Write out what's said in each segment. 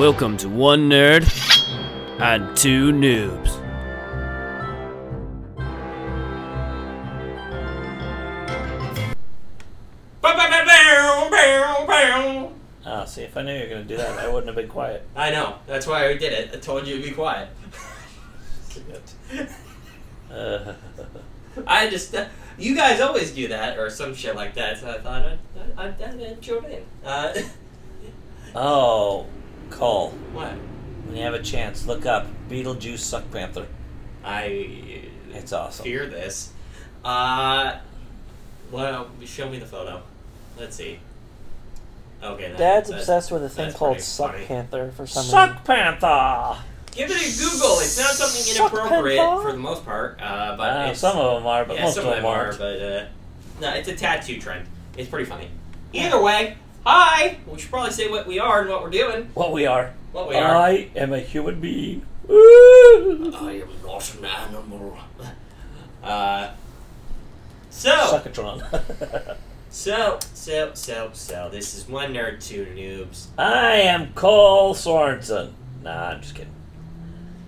Welcome to One Nerd and Two Noobs. I Oh, see, if I knew you were going to do that, I wouldn't have been quiet. know. That's why I did it. I told you to be quiet. Uh, I just. uh, you guys always do that or some shit like that, so I thought I'd, I'd, I'd, I'd join in. Uh, oh, Cole, what? when you have a chance, look up Beetlejuice Suck Panther. I It's awesome. fear this. Uh, well, show me the photo. Let's see. Okay. That, Dad's that's- obsessed with a thing that's called pretty Suck funny. Panther for some reason. Suck Panther! Give it a Google. It's not something Suck inappropriate pencil. for the most part, uh, but Uh, it's, some of them are, but yeah, most some of of them are. aren't. But uh, no, it's a tattoo trend. It's pretty funny. Either way, hi. We should probably say what we are and what we're doing. What we are. What we are. I am a human being. Woo! I am not an animal. Uh, so. Suckatron. So, so, so, so, this is one nerd, two noobs. I am Cole Sorensen. Nah, I'm just kidding.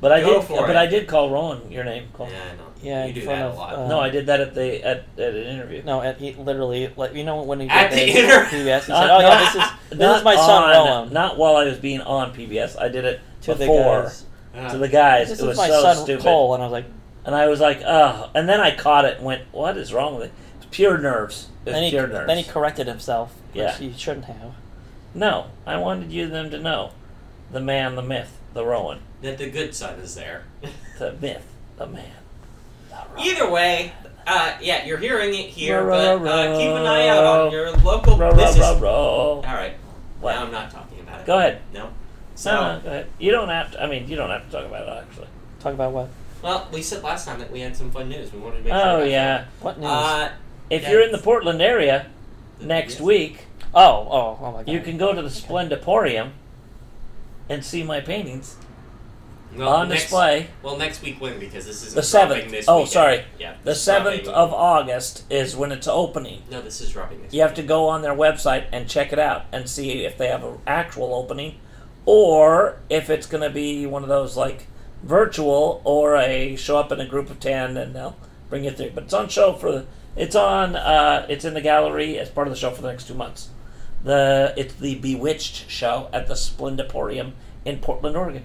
But I Go did. for but it. I did call Rowan your name. Cole. Yeah, I know. Yeah, uh, you in do front that of, a lot. uh, No, I did that at the at, at an interview. No, at, he literally, like you know when he At did the his inter- PBS, he Not- said, "Oh yeah, not- this is this not is my son on- Rowan." Not while I was being on PBS. I did it to the before guys, Ah. to the guys. this it was is my so son stupid. Cole, and I was like, And I was like, oh. And then I caught it and went, what is wrong with it? It's pure nerves. It's then he, pure nerves. then he corrected himself, which Yeah. he shouldn't have. no, I wanted you them to know, the man, the myth, the Rowan, that the good son is there. the myth, the man, the Rowan. Either way, uh, yeah, you're hearing it here, Ruh, but ruh, uh, ruh. keep an eye out on your local. Row, this row, row, is row. all right. What? Now I'm not talking about it. Go ahead. No. So, No, no, go ahead. You don't have to. I mean, you don't have to talk about it actually. Talk about what? well, we said last time that we had some fun news. We wanted to make sure. Oh about yeah. What that. news? Uh, If Yeah. you're in the Portland area next Yes. week, oh, oh, oh my god! You can go to the Splendiporium and see my paintings well, on next, display. Well, next week when because this isn't The dropping 7th. This Oh, weekend. sorry. Yeah. The it's 7th dropping- of August is when it's opening. No, this is dropping this. You have to go on their website and check it out and see if they have an actual opening or if it's going to be one of those like virtual or a show up in a group of 10 and they'll bring you through. But it's on show for the. It's on. Uh, it's in the gallery as part of the show for the next two months. The it's the Bewitched show at the Splendiporium in Portland, Oregon.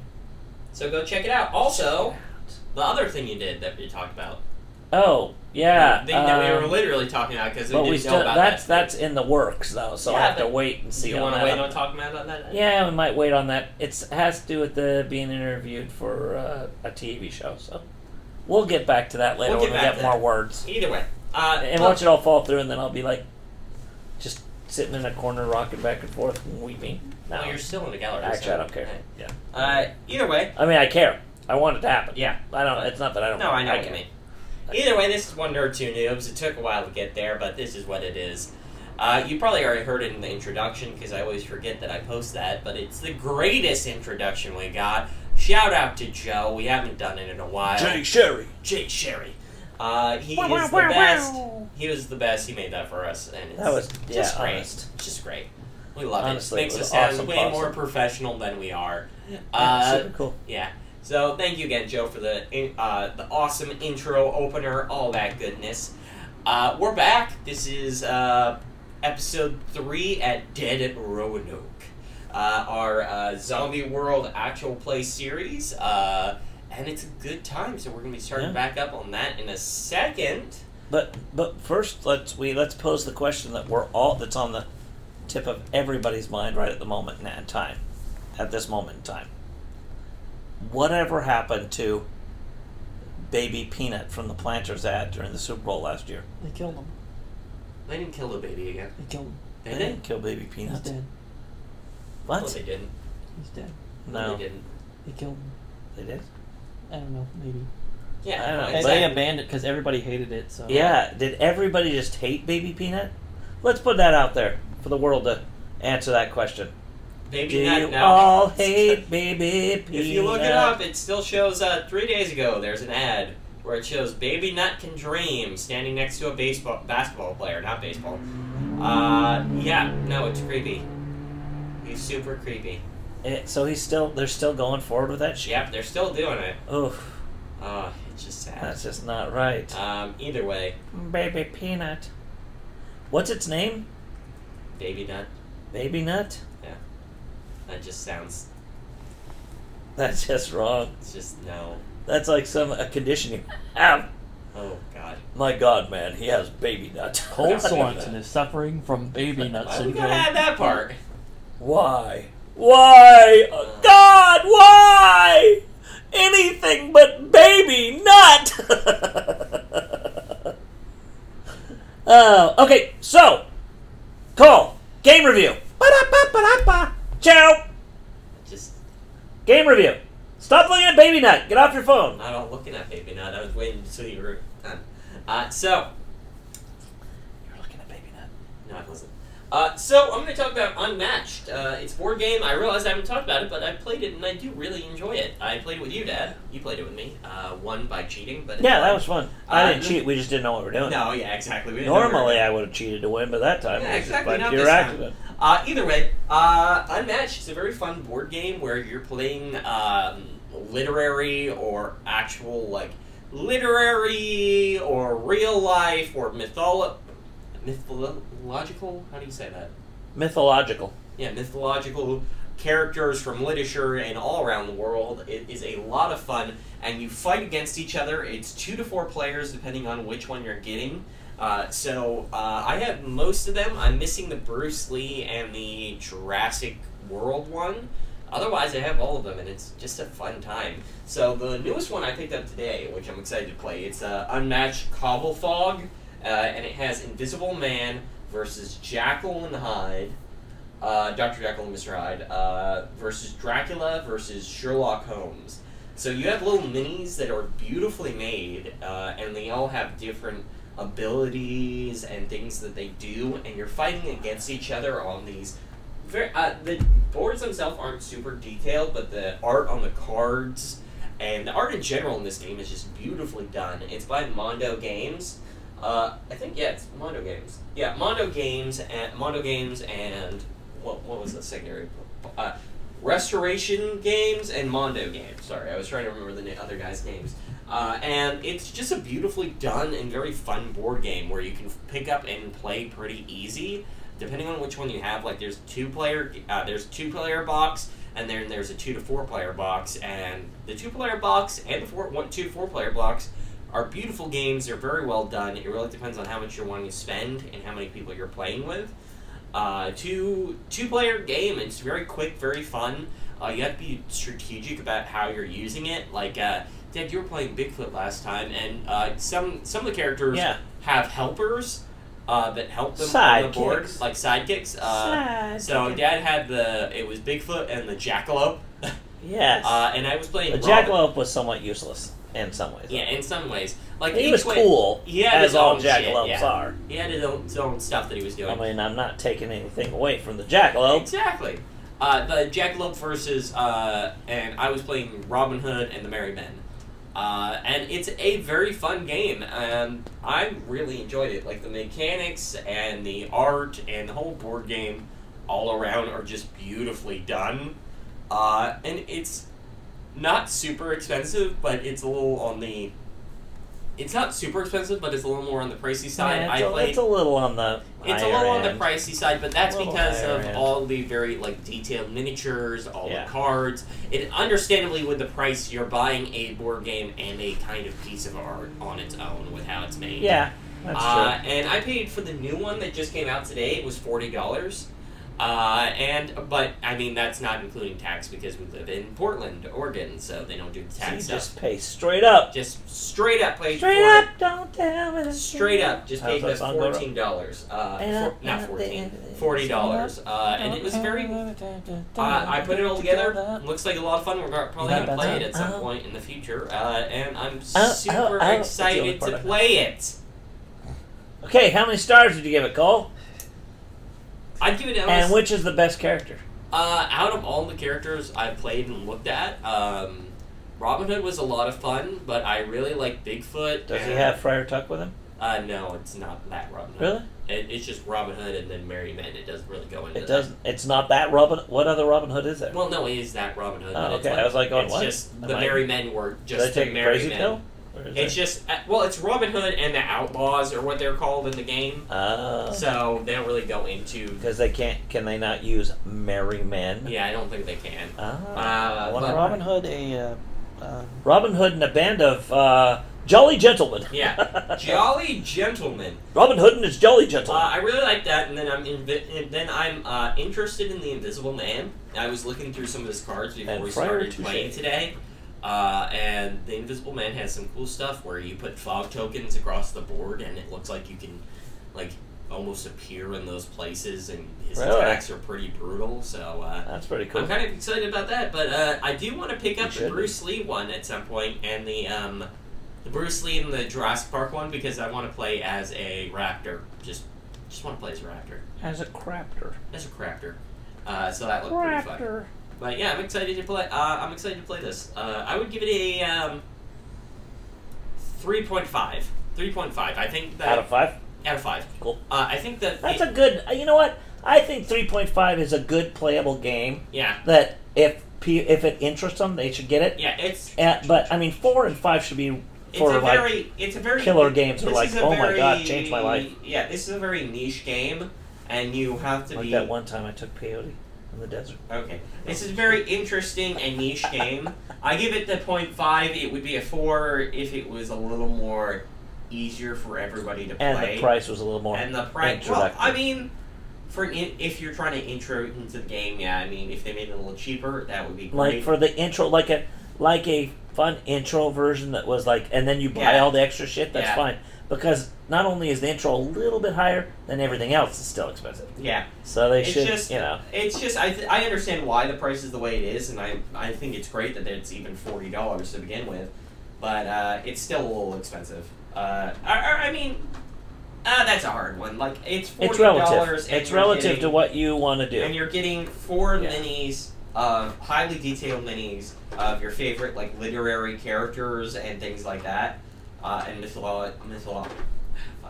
So go check it out. Also, the other thing you did that we talked about. Oh yeah, The thing that we um, were literally talking about because we but didn't we know still about that's that. that's in the works though, so I Yeah, have to but wait and see. you on want to that. wait on talking about that? Yeah, we might wait on that. It has to do with the being interviewed for uh, a TV show, so we'll get back to that later We'll when get we back get to more that. words Either way. Uh, and watch it all fall through, and then I'll be like just sitting in a corner, rocking back and forth and weeping. No, Well, you're still in the gallery. actually, so- I don't care. Yeah, Uh, either way, I mean, I care. I want it to happen. Yeah. I don't. It's not that I don't. no, I know what you care. mean. Either way, this is one nerd two noobs. It took a while to get there, but this is what it is. Uh, you probably already heard it in the introduction because I always forget that I post that, but it's the greatest introduction we got. Shout out to Joe. We haven't done it in a while. Jake Sherry. Jake Sherry. Uh, he is the best. He was the best. He made that for us, and it's That was just yeah, great. honest. It's just great. We love Honestly, it it. Makes was us sound awesome way possum. more professional than we are. Yeah, Uh, super cool. yeah. So thank you again, Joe, for the in- uh, the awesome intro, opener, all that goodness. Uh, we're back. This is uh, episode three at Dead at Roanoke, uh, our uh, Zombie World actual play series, uh, and it's a good time. So we're gonna be starting Yeah. back up on that in a second. But but first, let's we let's pose the question that we're all that's on the tip of everybody's mind right at the moment in time, at this moment in time. Whatever happened to Baby Peanut from the Planters ad during the Super Bowl last year? They killed him. They didn't kill the baby again. They killed him. They didn't. kill Baby He's Peanut. dead. No, What? they didn't. He's dead. No, they didn't. They killed him. they did. I don't know. Maybe Yeah, I don't know. no, They they exactly. abandoned because everybody hated it. So Yeah, did everybody just hate Baby Peanut? Let's put that out there for the world to answer that question. Do Maybe you not now. all hate Baby Peanut? If you look it up, it still shows uh, three days ago. There's an ad where it shows Baby Nut Can Dream standing next to a baseball basketball player, not baseball. Uh, yeah, no, it's creepy. He's super creepy. It, Eh, so he's still they're still going forward with that shit. Yep, they're still doing it. Oof, Uh, it's just sad. that's just not right. Um, either way, Baby peanut. What's its name? baby nut. Baby nut. That just sounds. That's just wrong. It's just no. That's like some a condition you have. Oh God. My God, man, he has baby nut. Cole Sorensen is suffering from baby nut Why we syndrome. gotta add that part? Why? Why? Oh, God, why? Anything but baby nut. Oh, okay. So, Cole, game review. Ba-da-ba-ba-da-ba. Ciao. Just Game review. Stop looking at baby nut. Get off your phone. not all looking at baby nut. I was waiting until you were done. Uh, so You're looking at baby nut. no, I wasn't. Uh, so I'm gonna talk about Unmatched. Uh, it's a board game. I realize I haven't talked about it, but I played it and I do really enjoy it. I played it with you, Dad. You played it with me. Uh, one by cheating, but Yeah, that was fun. I Uh, didn't cheat. We just didn't know what we were doing. No, yeah, exactly. We didn't know we were- Normally, I would have cheated to win, but that time Yeah, it was just exactly, by not pure this time. accident. Uh, either way, uh, Unmatched is a very fun board game where you're playing um, literary or actual, like, literary or real life or mytholo- mythological? How do you say that? Mythological. yeah, mythological characters from literature and all around the world. It is a lot of fun, and you fight against each other. It's two to four players, depending on which one you're getting. Uh, so uh, I have most of them. I'm missing the Bruce Lee and the Jurassic World one. Otherwise, I have all of them, and it's just a fun time. So the newest one I picked up today, which I'm excited to play, it's uh, Unmatched Cobble Fog, uh, and it has Invisible Man versus Jackal and Hyde, uh, Dr. Jekyll and Mr. Hyde uh, versus Dracula versus Sherlock Holmes. So you have little minis that are beautifully made, uh, and they all have different abilities and things that they do, and you're fighting against each other on these. Very, uh, the boards themselves aren't super detailed, but the art on the cards and the art in general in this game is just beautifully done. It's by Mondo Games. Uh, I think yeah, it's Mondo Games. Yeah, Mondo Games and Mondo Games and what what was the secondary? Uh, Restoration Games and Mondo Games. Sorry, I was trying to remember the na- other guys' names. Uh, and it's just a beautifully done and very fun board game where you can pick up and play pretty easy, depending on which one you have. Like there's two player, uh, there's two player box, and then there's a two to four player box, and the two player box and the four one two to four player box are beautiful games. They're very well done. It really depends on how much you're wanting to spend and how many people you're playing with. Uh, two two player game. It's very quick, very fun. Uh, you have to be strategic about how you're using it. Like uh, Dad, you were playing Bigfoot last time, and uh, some some of the characters Yeah. have helpers uh, that help them on the board, Sidekicks. like sidekicks. Uh, So Dad had the it was Bigfoot and the jackalope, Yes. uh, and I was playing the Robin. jackalope was somewhat useless in some ways. Yeah, in some ways, like he each was way- cool, He had as his all own shit, jackalopes yeah. are. He had his own, his own stuff that he was doing. I mean, I'm not taking anything away from the jackalope. Exactly. Uh, the Jackalope versus, uh, and I was playing Robin Hood and the Merry Men. Uh, and it's a very fun game, and I really enjoyed it. Like the mechanics and the art and the whole board game all around are just beautifully done. Uh, and it's not super expensive, but it's a little on the. It's not super expensive, but it's a little more on the pricey side. Yeah, I it's, a, played it's a little on the. it's a higher little on the end. pricey side, but that's Little because higher of end. all the very like detailed miniatures, all Yeah. the cards. And understandably, with the price, you're buying a board game and a kind of piece of art on its own with how it's made. Yeah, that's Uh, and I paid for the new one that just came out today. It was forty dollars. Uh, and but I mean that's not including tax because we live in Portland, Oregon, so they don't do the true. So you tax stuff. just pay straight up. Just straight up paid Straight for it. up, don't tell me. that- Straight up, just How's paid that the song go? fourteen dollars. Uh, And for, not I- fourteen. and I- Forty dollars. Uh, and it was very. Uh, I put it all together. Looks like a lot of fun. We're go- probably Is that gonna play it better? at some Oh. point in the future. Uh, and I'm oh, super oh, that's the only excited part to I know. play it. Okay, how many stars did you give it, Cole? I'd give it an And which is the best character? Uh, out of all the characters I've played and looked at, um, Robin Hood was a lot of fun, but I really like Bigfoot. Does he and- have Friar Tuck with him? Uh, no, it's not that Robin Hood. Really? It, it's just Robin Hood and then Merry Men. It doesn't really go into It that. doesn't. It's not that Robin. What other Robin Hood is there? Well, no, it is that Robin Hood. but Oh, it's okay. I was like, going, it's what? just the Am I- Merry Men were Did I just take the a Merry crazy Men. pill? Or is It's it- just uh, well, it's Robin Hood and the Outlaws or what they're called in the game. Ah. So they don't really go into. Because they can't. Can they not use merry men? Yeah, I don't think they can. Ah, Uh, one but- of Robin Robin, Hood, a uh, uh, Robin Hood and a band of uh, jolly gentlemen. Yeah, Jolly Gentleman. Robin Hood and his jolly Uh, gentlemen. I really like that, and then I'm invi- and then I'm uh, interested in the Invisible Man. I was looking through some of his cards before And we Friar started Tuesday. playing today, uh, and the Invisible Man has some cool stuff where you put fog tokens across the board, and it looks like you can like almost appear in those places, and his Really? attacks are pretty brutal. So uh, That's pretty cool. I'm kind of excited about that, but uh, I do want to pick You up the should. Bruce Lee one at some point, and the um, the Bruce Lee and the Jurassic Park one because I want to play as a raptor. Just just want to play as a raptor, As a crapter. as a crafter. Uh, so that looked pretty fun. But yeah, I'm excited to play. Uh, I'm excited to play this. Uh, I would give it a um, three point five. Three point five. I think that Out of five. out of five. Cool. Uh, I think that That's it- a good. You know what? I think three point five is a good playable game. yeah That if pe- if it interests them, they should get it. yeah. It's Uh, but I mean, four and five should be it's for a like very it's a very killer games are This like, is a oh my very- god, change my life. Yeah, this is a very niche game, and you have to Like be that one time I took peyote in the desert. okay. This is a very interesting and niche game. I give it the point five. It would be a four if it was a little more easier for everybody to And play. the price was a little more. And the price. Well, I introductory. mean, for an in, if you're trying to intro into the game, yeah. I mean, if they made it a little cheaper, that would be great. like for the intro, like a like a fun intro version that was like, and then you buy Yeah. all the extra shit. That's Yeah. fine because not only is the intro a little bit higher than everything else, it's still expensive. yeah. So they It's should, just- you know, It's just I, th- I understand why the price is the way it is, and I I think it's great that it's even forty dollars to begin with, but uh, it's still a little expensive. Uh, I, I- I mean, uh, that's a hard one. Like it's forty it's dollars. relative. It's relative to what you want to and do. you're getting four Yeah. minis of highly detailed minis of your favorite like literary characters and things like that, uh, and mytholo- mytholo- fuck,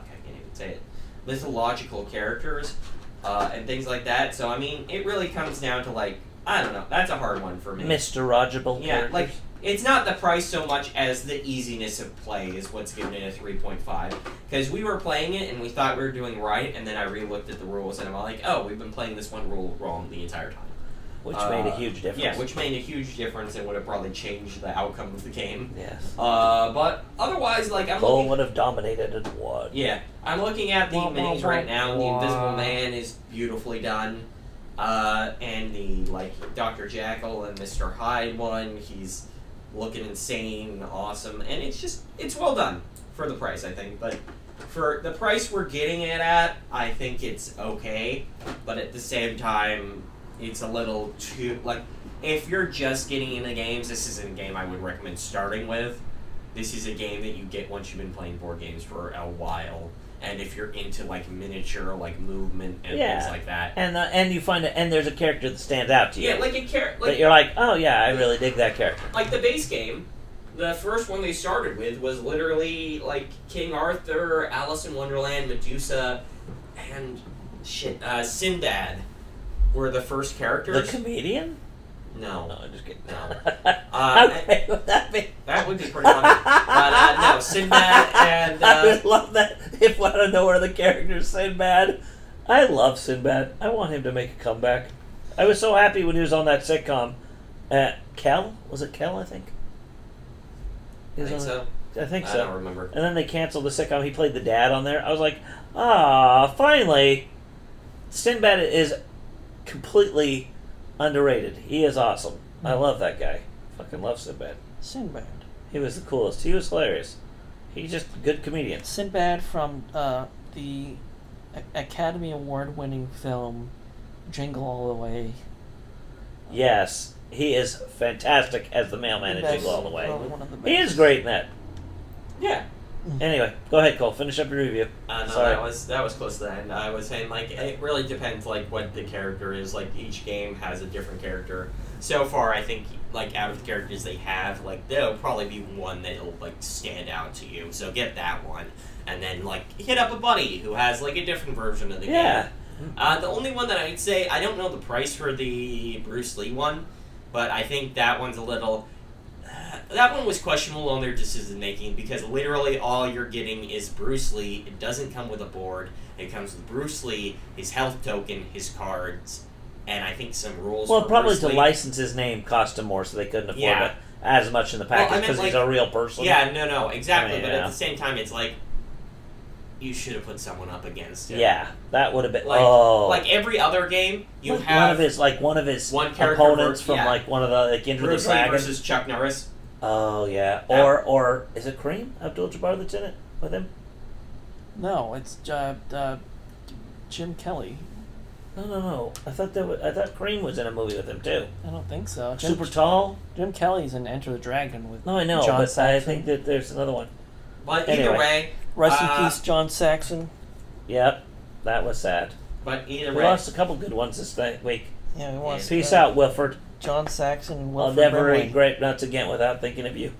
I can't even say it, mythological characters, uh, and things like that. So I mean, it really comes down to like I don't know. That's a hard one for me. Mister Rogeable. yeah, like it's not the price so much as the easiness of play is what's given it a 3.5 because we were playing it and we thought we were doing right and then i re-looked at the rules and i'm like oh we've been playing this one rule wrong the entire time which uh, made a huge difference. yeah which made a huge difference and would have probably changed the outcome of the game yes, uh, but otherwise like i'm Cole looking, would have dominated and won. yeah i'm looking at the Wah, wah, minis wah, right now the wah. invisible man is beautifully done uh, and the like Dr. Jackal and Mr. Hyde one. He's looking insane and awesome, and it's just it's well done for the price, I think. But for the price we're getting it at, I think it's okay. But at the same time, it's a little too like if you're just getting into games, this isn't a game I would recommend starting with. This is a game that you get once you've been playing board games for a while. And if you're into like miniature, like movement and Yeah. things like that, And uh, and you find it, and there's a character that stands out to you. yeah, like a character. that Like, you're like, oh yeah, I really dig that character. like the base game, the first one they started with was literally like King Arthur, Alice in Wonderland, Medusa, and shit, uh, Sinbad were the first The Oh, characters. comedian? No, no, I'm just kidding. No. How uh, great would that be? that would be pretty funny. But uh, no, Sinbad and I uh, would love that if I don't know where the character's Sinbad. I love Sinbad. I want him to make a comeback. I was so happy when he was on that sitcom. Uh, Kel? Was it Kel, I think? He I was think on- so. I think I don't so. remember. And then they canceled the sitcom. He played the dad on there. I was like, ah, finally. Sinbad is completely underrated. He is awesome. I love that guy. Fucking love Sinbad. Sinbad. He was the coolest. He was hilarious. He's just a good comedian. Sinbad from uh, the A- Academy Award winning film Jingle All the Way. Yes, he is fantastic as the mailman in The best, Jingle All the Way. probably one of the He best. is great in that. Yeah. Anyway, go ahead, Cole. Finish up your review. Uh, no, Sorry. that was that was close to the end. I was saying like it really depends like what the character is. Like each game has a different character. so far, I think like out of the characters they have, like there'll probably be one that'll like stand out to you. So get that one, and then like hit up a buddy who has like a different version of the Yeah. game. Uh, the only one that I'd say I don't know the price for the Bruce Lee one, but I think that one's a little. That one was questionable on their decision making because literally all you're getting is Bruce Lee. It doesn't come with a board. It comes with Bruce Lee, his health token, his cards, and I think some rules. Well, for probably Bruce to Lee. license his name cost him more, so they couldn't afford Yeah. it as much in the Well, I package meant, because he's like- a real person. Yeah, no, no, exactly. I mean, but at Oh, yeah. the same time, it's like you should have put someone up against yeah, him. that would have been Like- oh, Like every other game, you Like have one of his like one of his one character opponents ver- from yeah. like one of the like into Bruce the Lee dragon. versus Chuck Norris. oh yeah, Yeah. or or is it Kareem Abdul Jabbar that's in it with him? No, it's uh, uh, Jim Kelly. No, no, no. I thought that was, I thought Kareem was in a movie with him too. I don't think so. Jim, Super tall. Jim Kelly's in Enter the Dragon with No, I know, John but I Saxon. think that there's another one. But either Anyway. way, Rest in Uh, peace, John Saxon. Yep, that was sad. but either We way, lost a couple good ones this thi- week. Yeah, we want Yes. Peace out, Wilford. John Saxon and I'll Wilfred never Brimley. eat grape nuts again without thinking of you.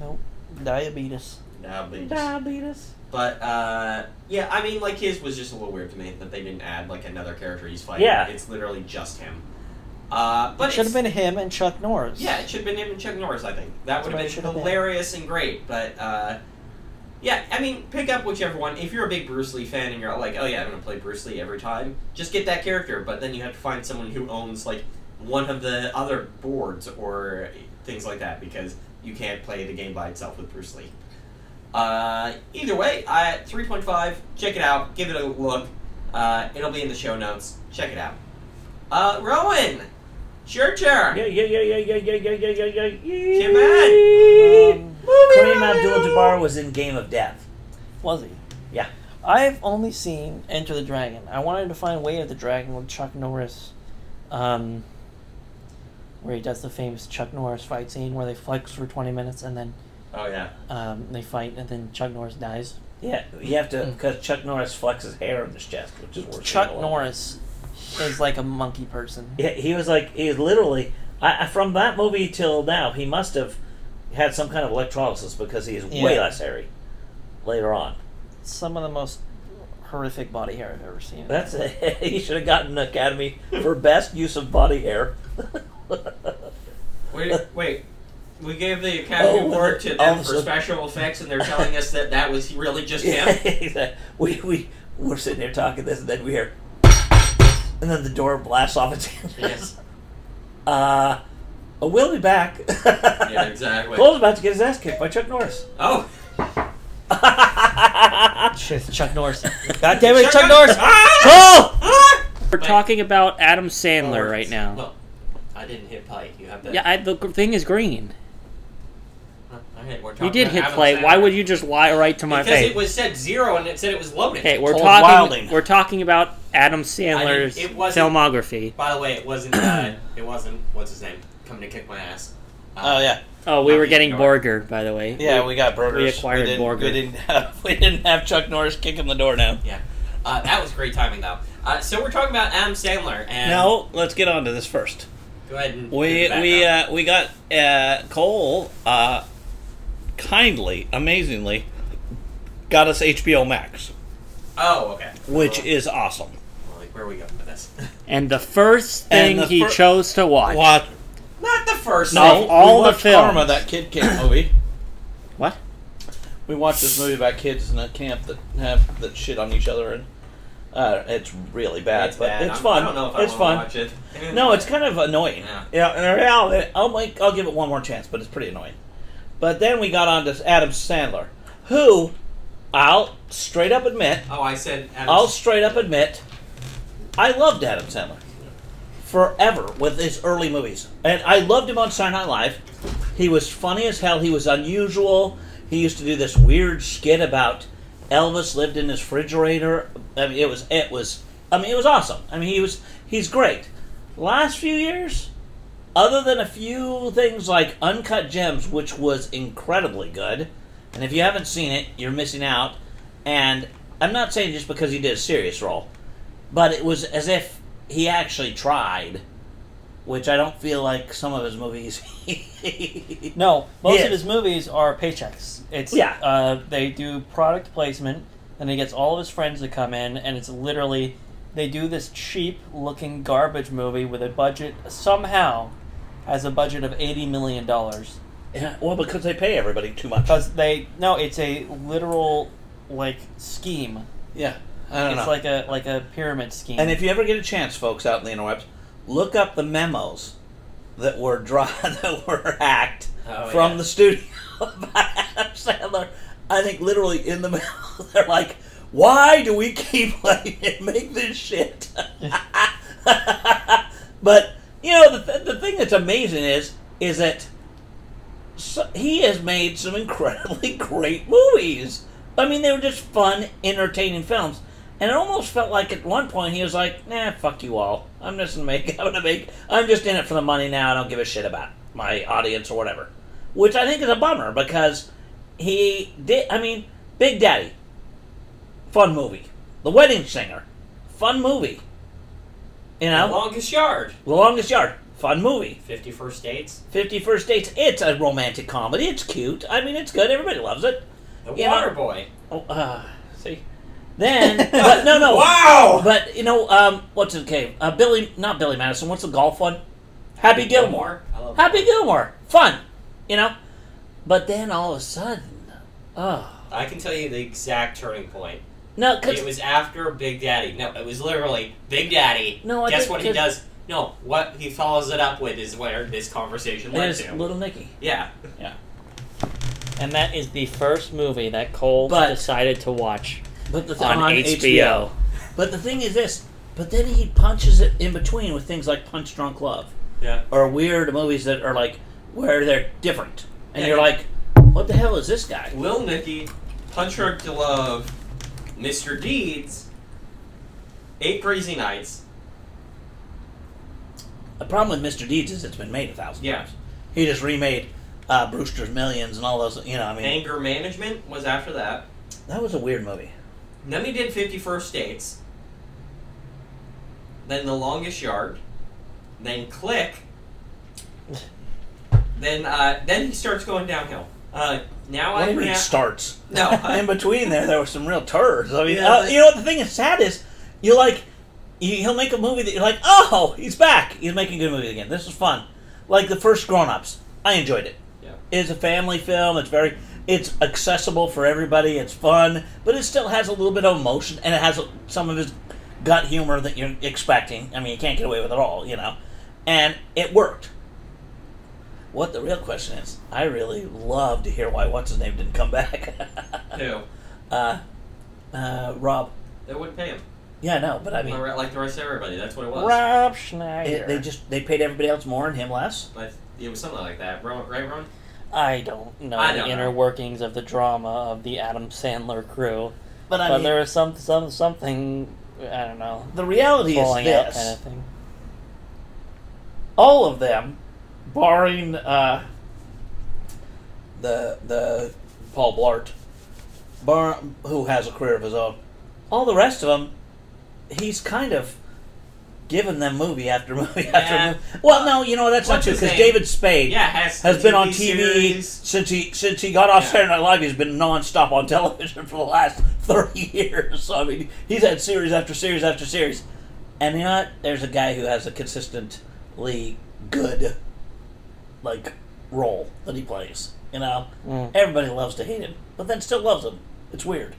Nope. Diabetes. Nah, but- Diabetes. But uh, yeah, I mean, like his was just a little weird to me that they didn't add like another character he's fighting. Yeah. it's literally just him. Uh, but But it should it's- have been him and Chuck Norris. Yeah, it should have been him and Chuck Norris, I think. That would have what it been should have been. hilarious and great, but uh, yeah, I mean, pick up whichever one. If you're a big Bruce Lee fan and you're like, oh yeah, I'm going to play Bruce Lee every time, just get that character, but then you have to find someone who owns, like, one of the other boards or things like that because you can't play the game by itself with Bruce Lee. Uh, either way, I, 3.5, check it out, give it a look. Uh, it'll be in the show notes. Check it out. Uh, Rowan, it's your turn. Yeah, yeah, yeah, yeah, yeah, yeah, yeah, yeah, yeah, yeah. Come on. Um, Kareem Abdul-Jabbar was in Game of Death. was he? Yeah. I've only seen Enter the Dragon. I wanted to find Way of the Dragon with Chuck Norris, um, where he does the famous Chuck Norris fight scene where they flex for 20 minutes and then Oh, yeah. um, they fight and then Chuck Norris dies. Yeah, you have to because Chuck Norris flexes hair on his chest, which is worse. than Hmm. Chuck a lot. Norris is like a monkey person. Yeah, he was like he was literally I, I- from that movie till now. He must have had some kind of electrolysis because he is way Yeah. less hairy later on. Some of the most horrific body hair I've ever seen. That's he should have gotten an Academy for best use of body hair. Wait, wait. We gave the Academy Oh, Award to all them of a for sudden- special effects, and they're telling us that that was really just him. Yeah. we we we're sitting here talking this, and then we hear, and then the door blasts off its hinges. yes. Uh, we'll be back. Yeah, exactly. Cole's about to get his ass kicked by Chuck Norris. Oh. Shit, Chuck Norris. God damn it, Chuck, Chuck Norris! Cole! Ah! We're Wait. talking about Adam Sandler right now. Well, I didn't hit play. You have to. Yeah, I, the gr- thing is green. Huh, Okay, we're talking You did about hit Adam play. Sandler. Why would you just lie right to my Because face? it was said zero and it said it was loaded. Okay, we're Cold talking. Wilding. We're talking about Adam Sandler's it wasn't- filmography. By the way, it wasn't. Uh, it wasn't. What's his name? Coming to kick my ass. Uh, Oh yeah, Oh, we Not were Ethan getting Hawke. Borger, by the way. yeah. We got burgers. acquired we didn't, Borger. We didn't have. We didn't have Chuck Norris kicking the door down. Yeah. Uh, that was great timing though. Uh, so we're talking about Adam Sandler and. No, let's get on to this first. Go ahead and. We we uh, we got uh, Cole uh, kindly, amazingly, got us HBO Max, uh, Oh, okay. which Well, is awesome. Like, where are we going with this? And the first thing And the he fir- chose to watch. What? Not the first. No. we all the watched Karma, films. that kid camp movie. What? We watched this movie about kids in a camp that have that shit on each other, and uh, it's really bad, It's but bad. it's I'm- fun. I don't know if I it's fun. want to watch it. No, it's kind of annoying. Yeah. Yeah, in reality, I'll make, I'll give it one more chance, but it's pretty annoying. But then we got on to Adam Sandler, who I'll straight up admit, Oh, I said. Adam I'll straight up admit, I loved Adam Sandler forever with his early movies, and I loved him on Saturday Night Live. He was funny as hell. He was unusual. He used to do this weird skit about Elvis lived in his refrigerator. I mean, it was it was. I mean, it was awesome. I mean, he was he's great. Last few years, other than a few things like Uncut Gems, which was incredibly good, and if you haven't seen it, you're missing out. And I'm not saying just because he did a serious role, but it was as if he actually tried which I don't feel like some of his movies. yeah, No, most Yeah. of his movies are paychecks. It's Yeah. Uh, they do product placement, and he gets all of his friends to come in, and it's literally they do this cheap-looking garbage movie with a budget somehow has a budget of eighty million dollars well, because they pay everybody too much. because they no, it's a literal like scheme. Yeah, I don't It's know. like a like a pyramid scheme. and if you ever get a chance, folks out in the interwebs, look up the memos that were drawn that were hacked Oh, from yeah. the studio by Adam Sandler. I think literally in the memo they're like, "Why do we keep letting him make this shit?" but you know, the, th- the thing that's amazing is is that so, he has made some incredibly great movies. I mean, they were just fun, entertaining films. And it almost felt like at one point he was like, "Nah, fuck you all. I'm just gonna make. I'm gonna make. I'm just in it for the money now. I don't give a shit about my audience or whatever." Which I think is a bummer because he did. I mean, Big Daddy, fun movie. The Wedding Singer, fun movie. You The know, longest yard. The Longest Yard, fun movie. Fifty first dates. Fifty First Dates. It's a romantic comedy. It's cute. I mean, it's good. Everybody loves it. The You know- water boy. Oh, uh, see, then, but no, no. Wow. But you know, um, what's his name? Uh, Billy, not Billy Madison. What's the golf one? Happy Gilmore. I love Happy Gilmore. Fun, you know. But then all of a sudden, oh I can tell you the exact turning point. no, cause It was after Big Daddy. No, it was literally Big Daddy. No, I guess think what he it- does. No, what he follows it up with is where this conversation led there's to. Little Nicky. yeah, and that is the first movie that Cole But- decided to watch But the th- on, HBO. But the thing is this. But then he punches it in between with things like Punch Drunk Love. yeah. or weird movies that are like where they're different, and Yeah. you're like, what the hell is this guy? Lil Nicky, Punch Drunk to Love, Mr. Deeds, Eight Crazy Nights. The problem with Mr. Deeds is it's been made a thousand Yeah. times. He just remade uh, Brewster's Millions and all those. You know, I mean, Anger Management was after that. that was a weird movie. Then he did 51st Dates. Then The Longest Yard. Then Click. then uh, then he starts going downhill. Uh, now What do I you mean can't. starts? no, in I, between there, there were some real turds. I mean, Yeah, uh, but- you know what the thing is sad is, you like, you, he'll make a movie that you're like, oh, he's back. He's making a good movie again. This is fun. Like the first Grown Ups, I enjoyed it. Yeah. It's a family film. It's very, it's accessible for everybody. It's fun, but it still has a little bit of emotion and it has some of his gut humor that you're expecting. I mean, you can't get away with it all, you know. And it worked. What the real question is, I really love to hear why what's his name didn't come back. no, uh, uh, Rob. they wouldn't pay him. Yeah, no, but I mean, like the rest of everybody, that's what it was. Rob Schneider. it, they just they paid everybody else more and him less. But it was something like that, Ron, right, Ron? I don't know I don't the inner know. workings of the drama of the Adam Sandler crew, But I but mean, there is some some something I don't know the reality is falling out this: kind of thing. all of them, barring uh, the the Paul Blart, bar, who has a career of his own, all the rest of them, he's kind of. Given them movie after movie Yeah. after movie. Well, no, you know that's What's not true his because name? David Spade Yeah, has, has been on TV series. since he since he got off Yeah. Saturday Night Live. He's been nonstop on television for the last thirty years. So, I mean, he's had series after series after series. And you know what? There's a guy who has a consistently good, like, role that he plays. You know, Mm. everybody loves to hate him, but then still loves him. It's weird.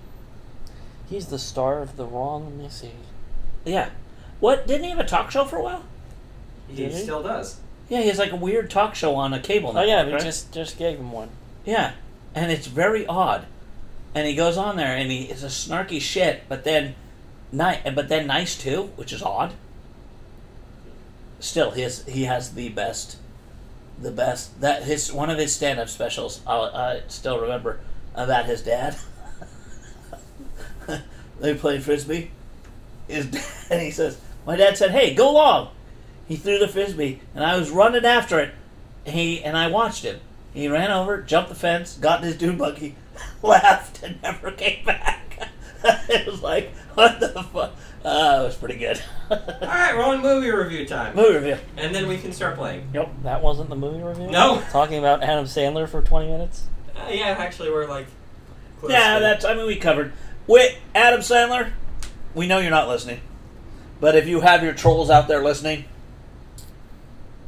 He's the star of the wrong. Let me see. Hmm, Yeah. What didn't he have a talk show for a while? He Did he? still does. Yeah, he has like a weird talk show on a cable. Oh yeah, network, we right? just just gave him one. Yeah, and it's very odd. And he goes on there and he is a snarky shit, but then, nice, but then nice too, which is odd. Still, he has, he has the best, the best that his one of his stand up specials. I'll, I still remember about his dad. they played frisbee. His dad, and he says, "My dad said, hey, go long." He threw the frisbee, and I was running after it. He and I watched him. He ran over, jumped the fence, got in his dune buggy, left, and never came back. it was like, what the fuck? Uh, it was pretty good. All right, we're on movie review time, Movie review. and then we can start playing. That wasn't the movie review? No. Talking about Adam Sandler for 20 minutes? Uh, yeah, actually, we're like. close Yeah, to- that's. I mean, we covered. Wait, Adam Sandler. We know you're not listening, but if you have your trolls out there listening,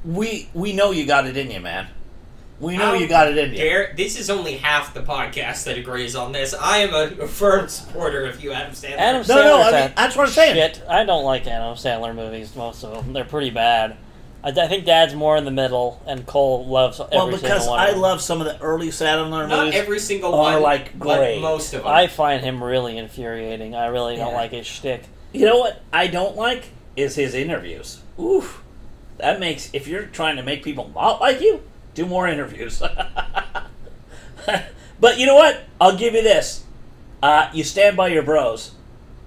we we know you got it in you, man. We know How you got it in you. Dare, this is only half the podcast that agrees on this. I am a firm supporter of you, Adam Sandler. Adam No, no. Sandler's I mean, at- that's what I'm saying. Shit, I don't like Adam Sandler movies, most of them. They're pretty bad. I, I think Dad's more in the middle, and Cole loves every Well, because single one. of I them. love some of the early Sandler Not movies. every single are, one, like, but great. most of them. I find him really infuriating. I really don't Yeah. like his shtick. you know what I don't like is his interviews. Oof, that makes if you're trying to make people not like you, do more interviews. but you know what? I'll give you this. Uh, you stand by your bros,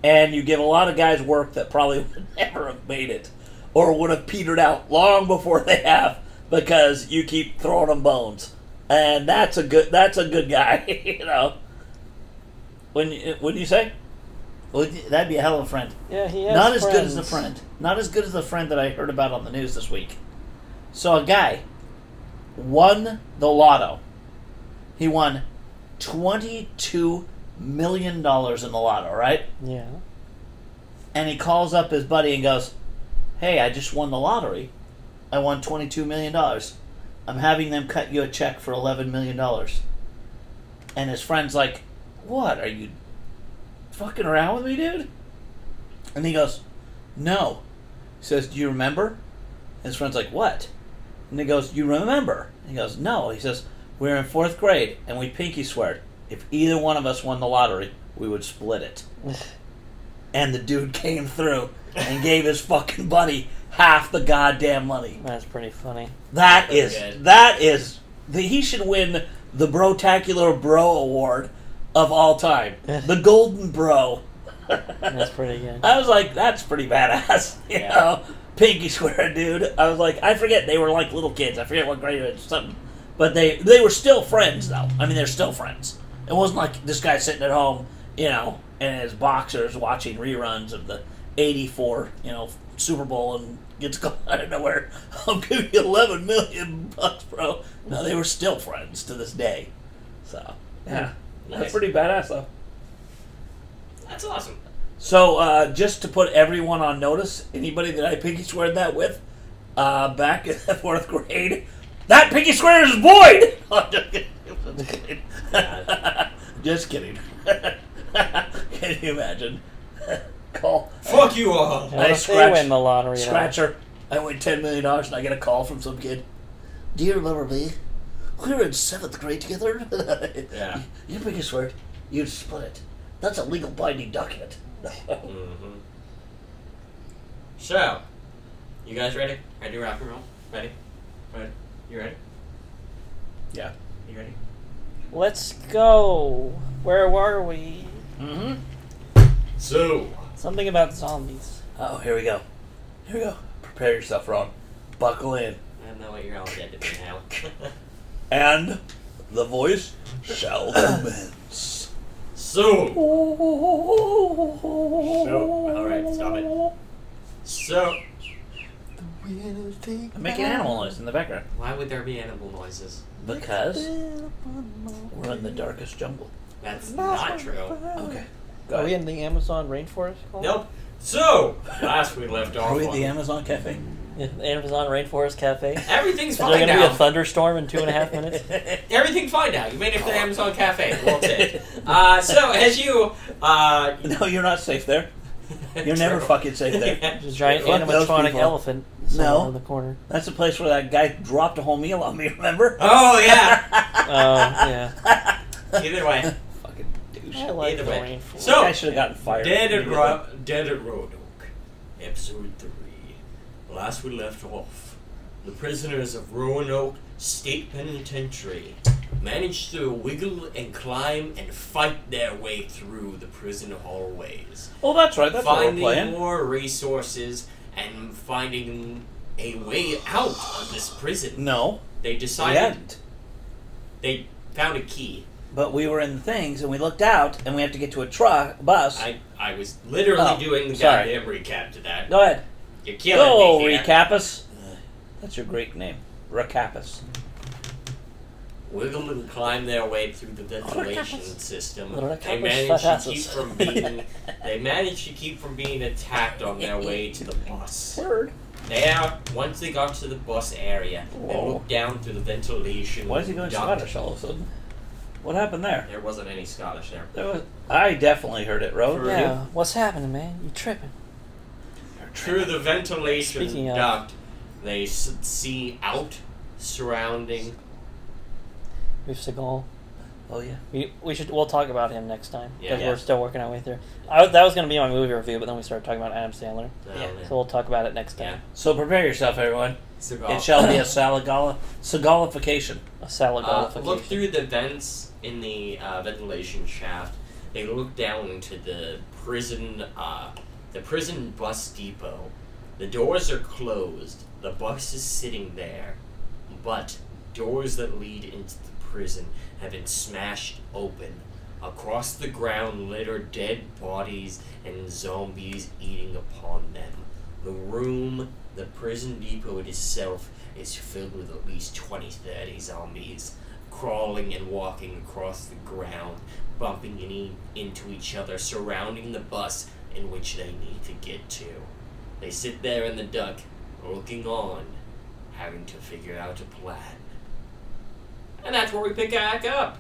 and you give a lot of guys work that probably would never have made it, or would have petered out long before they have, because you keep throwing them bones, and that's a good that's a good guy, you know. When you, wouldn't you say? Well, that'd be a hell of a friend. Yeah, he has Not as good as the friends. friend. Not as good as the friend that I heard about on the news this week. So a guy won the lotto. He won twenty-two million dollars in the lotto, right? Yeah. And he calls up his buddy and goes, "Hey, I just won the lottery. I won twenty-two million dollars. I'm having them cut you a check for eleven million dollars." And his friend's like, "What are you fucking around with me, dude?" And he goes, "No." He says, "Do you remember?" His friend's like, "What?" And he goes, "You remember?" He goes, "No." He says, "We were in fourth grade and we pinky sweared if either one of us won the lottery, we would split it." and the dude came through and gave his fucking buddy half the goddamn money. That's pretty funny. That Pretty is good. that is the, he should win the Brotacular Bro Award of all time, the Golden Bro. That's pretty good. I was like, that's pretty badass, you Yeah. know. Pinky swear, dude. I was like, I forget they were like little kids. I forget what grade it was, something, but they they were still friends though. I mean, they're still friends. It wasn't like this guy sitting at home, you know, in his boxers watching reruns of the '84, you know, Super Bowl and gets called out of nowhere. I'll give you 11 million bucks, bro. No, they were still friends to this day. So yeah, Nice. that's pretty badass though. That's awesome. So, uh, just to put everyone on notice, anybody that I pinky sweared that with, uh, back in the fourth grade, that pinky swear is void. I'm just kidding. just kidding. Can you imagine? call Fuck you all. What if they scratch- win the lottery? though? scratcher. I win ten million dollars and I get a call from some kid. Do you remember me? We were in seventh grade together. Yeah. Your pinky swear, you split it. That's a legal binding document. Mm-hmm. So, you guys ready? Ready to rock and roll? Ready? Ready? You ready? Yeah. You ready? Let's go. Where were we? Mm-hmm. So, Something about zombies. Oh, here we go. Here we go. Prepare yourself, Ron. Buckle in. I don't know what you're all dead to me now. And the voice shall commence. so, So, alright, stop it. So, I'm making animal noise in the background. why would there be animal noises? Because we're in the darkest jungle. That's not true. Okay. Go Are we ahead. in the Amazon rainforest? Cole? Nope. So, last we left off. Are we at on- the Amazon Cafe? Yeah, the Amazon rainforest cafe. Is Everything's there fine gonna be a now. thunderstorm in two and a half minutes? Everything's fine now. You made it to the Amazon Cafe. Well, that's it. Uh, so, as you. Uh, no, you're not safe there. You're never True. fucking safe there. Yeah. There's a giant Fuck those animatronic people. elephant somewhere No. in the corner. That's the place where that guy dropped a whole meal on me, remember? Oh, yeah. Oh, yeah. Either way. Fucking douche. I like Either the way. rainforest. So- I should have gotten fired. Dead at, immediately. Ro- Dead at Roanoke, Episode 3. Last we left off, the prisoners of Roanoke State Penitentiary managed to wiggle and climb and fight their way through the prison hallways, Oh, that's right. That's what we're finding playing. more resources and finding a way out of this prison. No, They we decided hadn't. they found a key. but we were in things and we looked out and we have to get to a truck bus. I, I was literally Oh, doing the sorry. goddamn recap to that. Go ahead. You're killing Go, me here. Uh. Recapus. That's your Greek name, Recapus. Wiggle and climb their way through the Oh, ventilation Recapus. system. Recapus They managed to keep fatasis. from being they managed to keep from being attacked on their way to the bus. Word. There, once they got to the bus area, they Whoa. looked down through the ventilation. Why is he going duct. Scottish all of a sudden? What happened there? There wasn't any Scottish there. There was. I definitely heard it, Road. For You? Yeah, what's happening, man? You tripping? Through the ventilation Speaking of- duct, they s- see out surrounding. We've Seagal. Oh yeah. We, we should we'll talk about him next time Yeah. because Yeah. we're still working our way through. I, was- that was going to be my movie review, but then we started talking about Adam Sandler, uh, Yeah. so we'll talk about it next yeah. time. So prepare yourself, everyone. Seagal. It shall be a Salagala, Sagalification. A salad Uh, golf. look through the vents in the uh, ventilation shaft. They look down into the prison, uh, the prison bus depot. The doors are closed. The bus is sitting there, but doors that lead into the prison have been smashed open. Across the ground litter dead bodies and zombies eating upon them. The room, the prison depot itself, is filled with at least 20, 30 zombies crawling and walking across the ground, bumping in e- into each other, surrounding the bus in which they need to get to. They sit there in the duck, looking on, having to figure out a plan. And that's where we pick back up.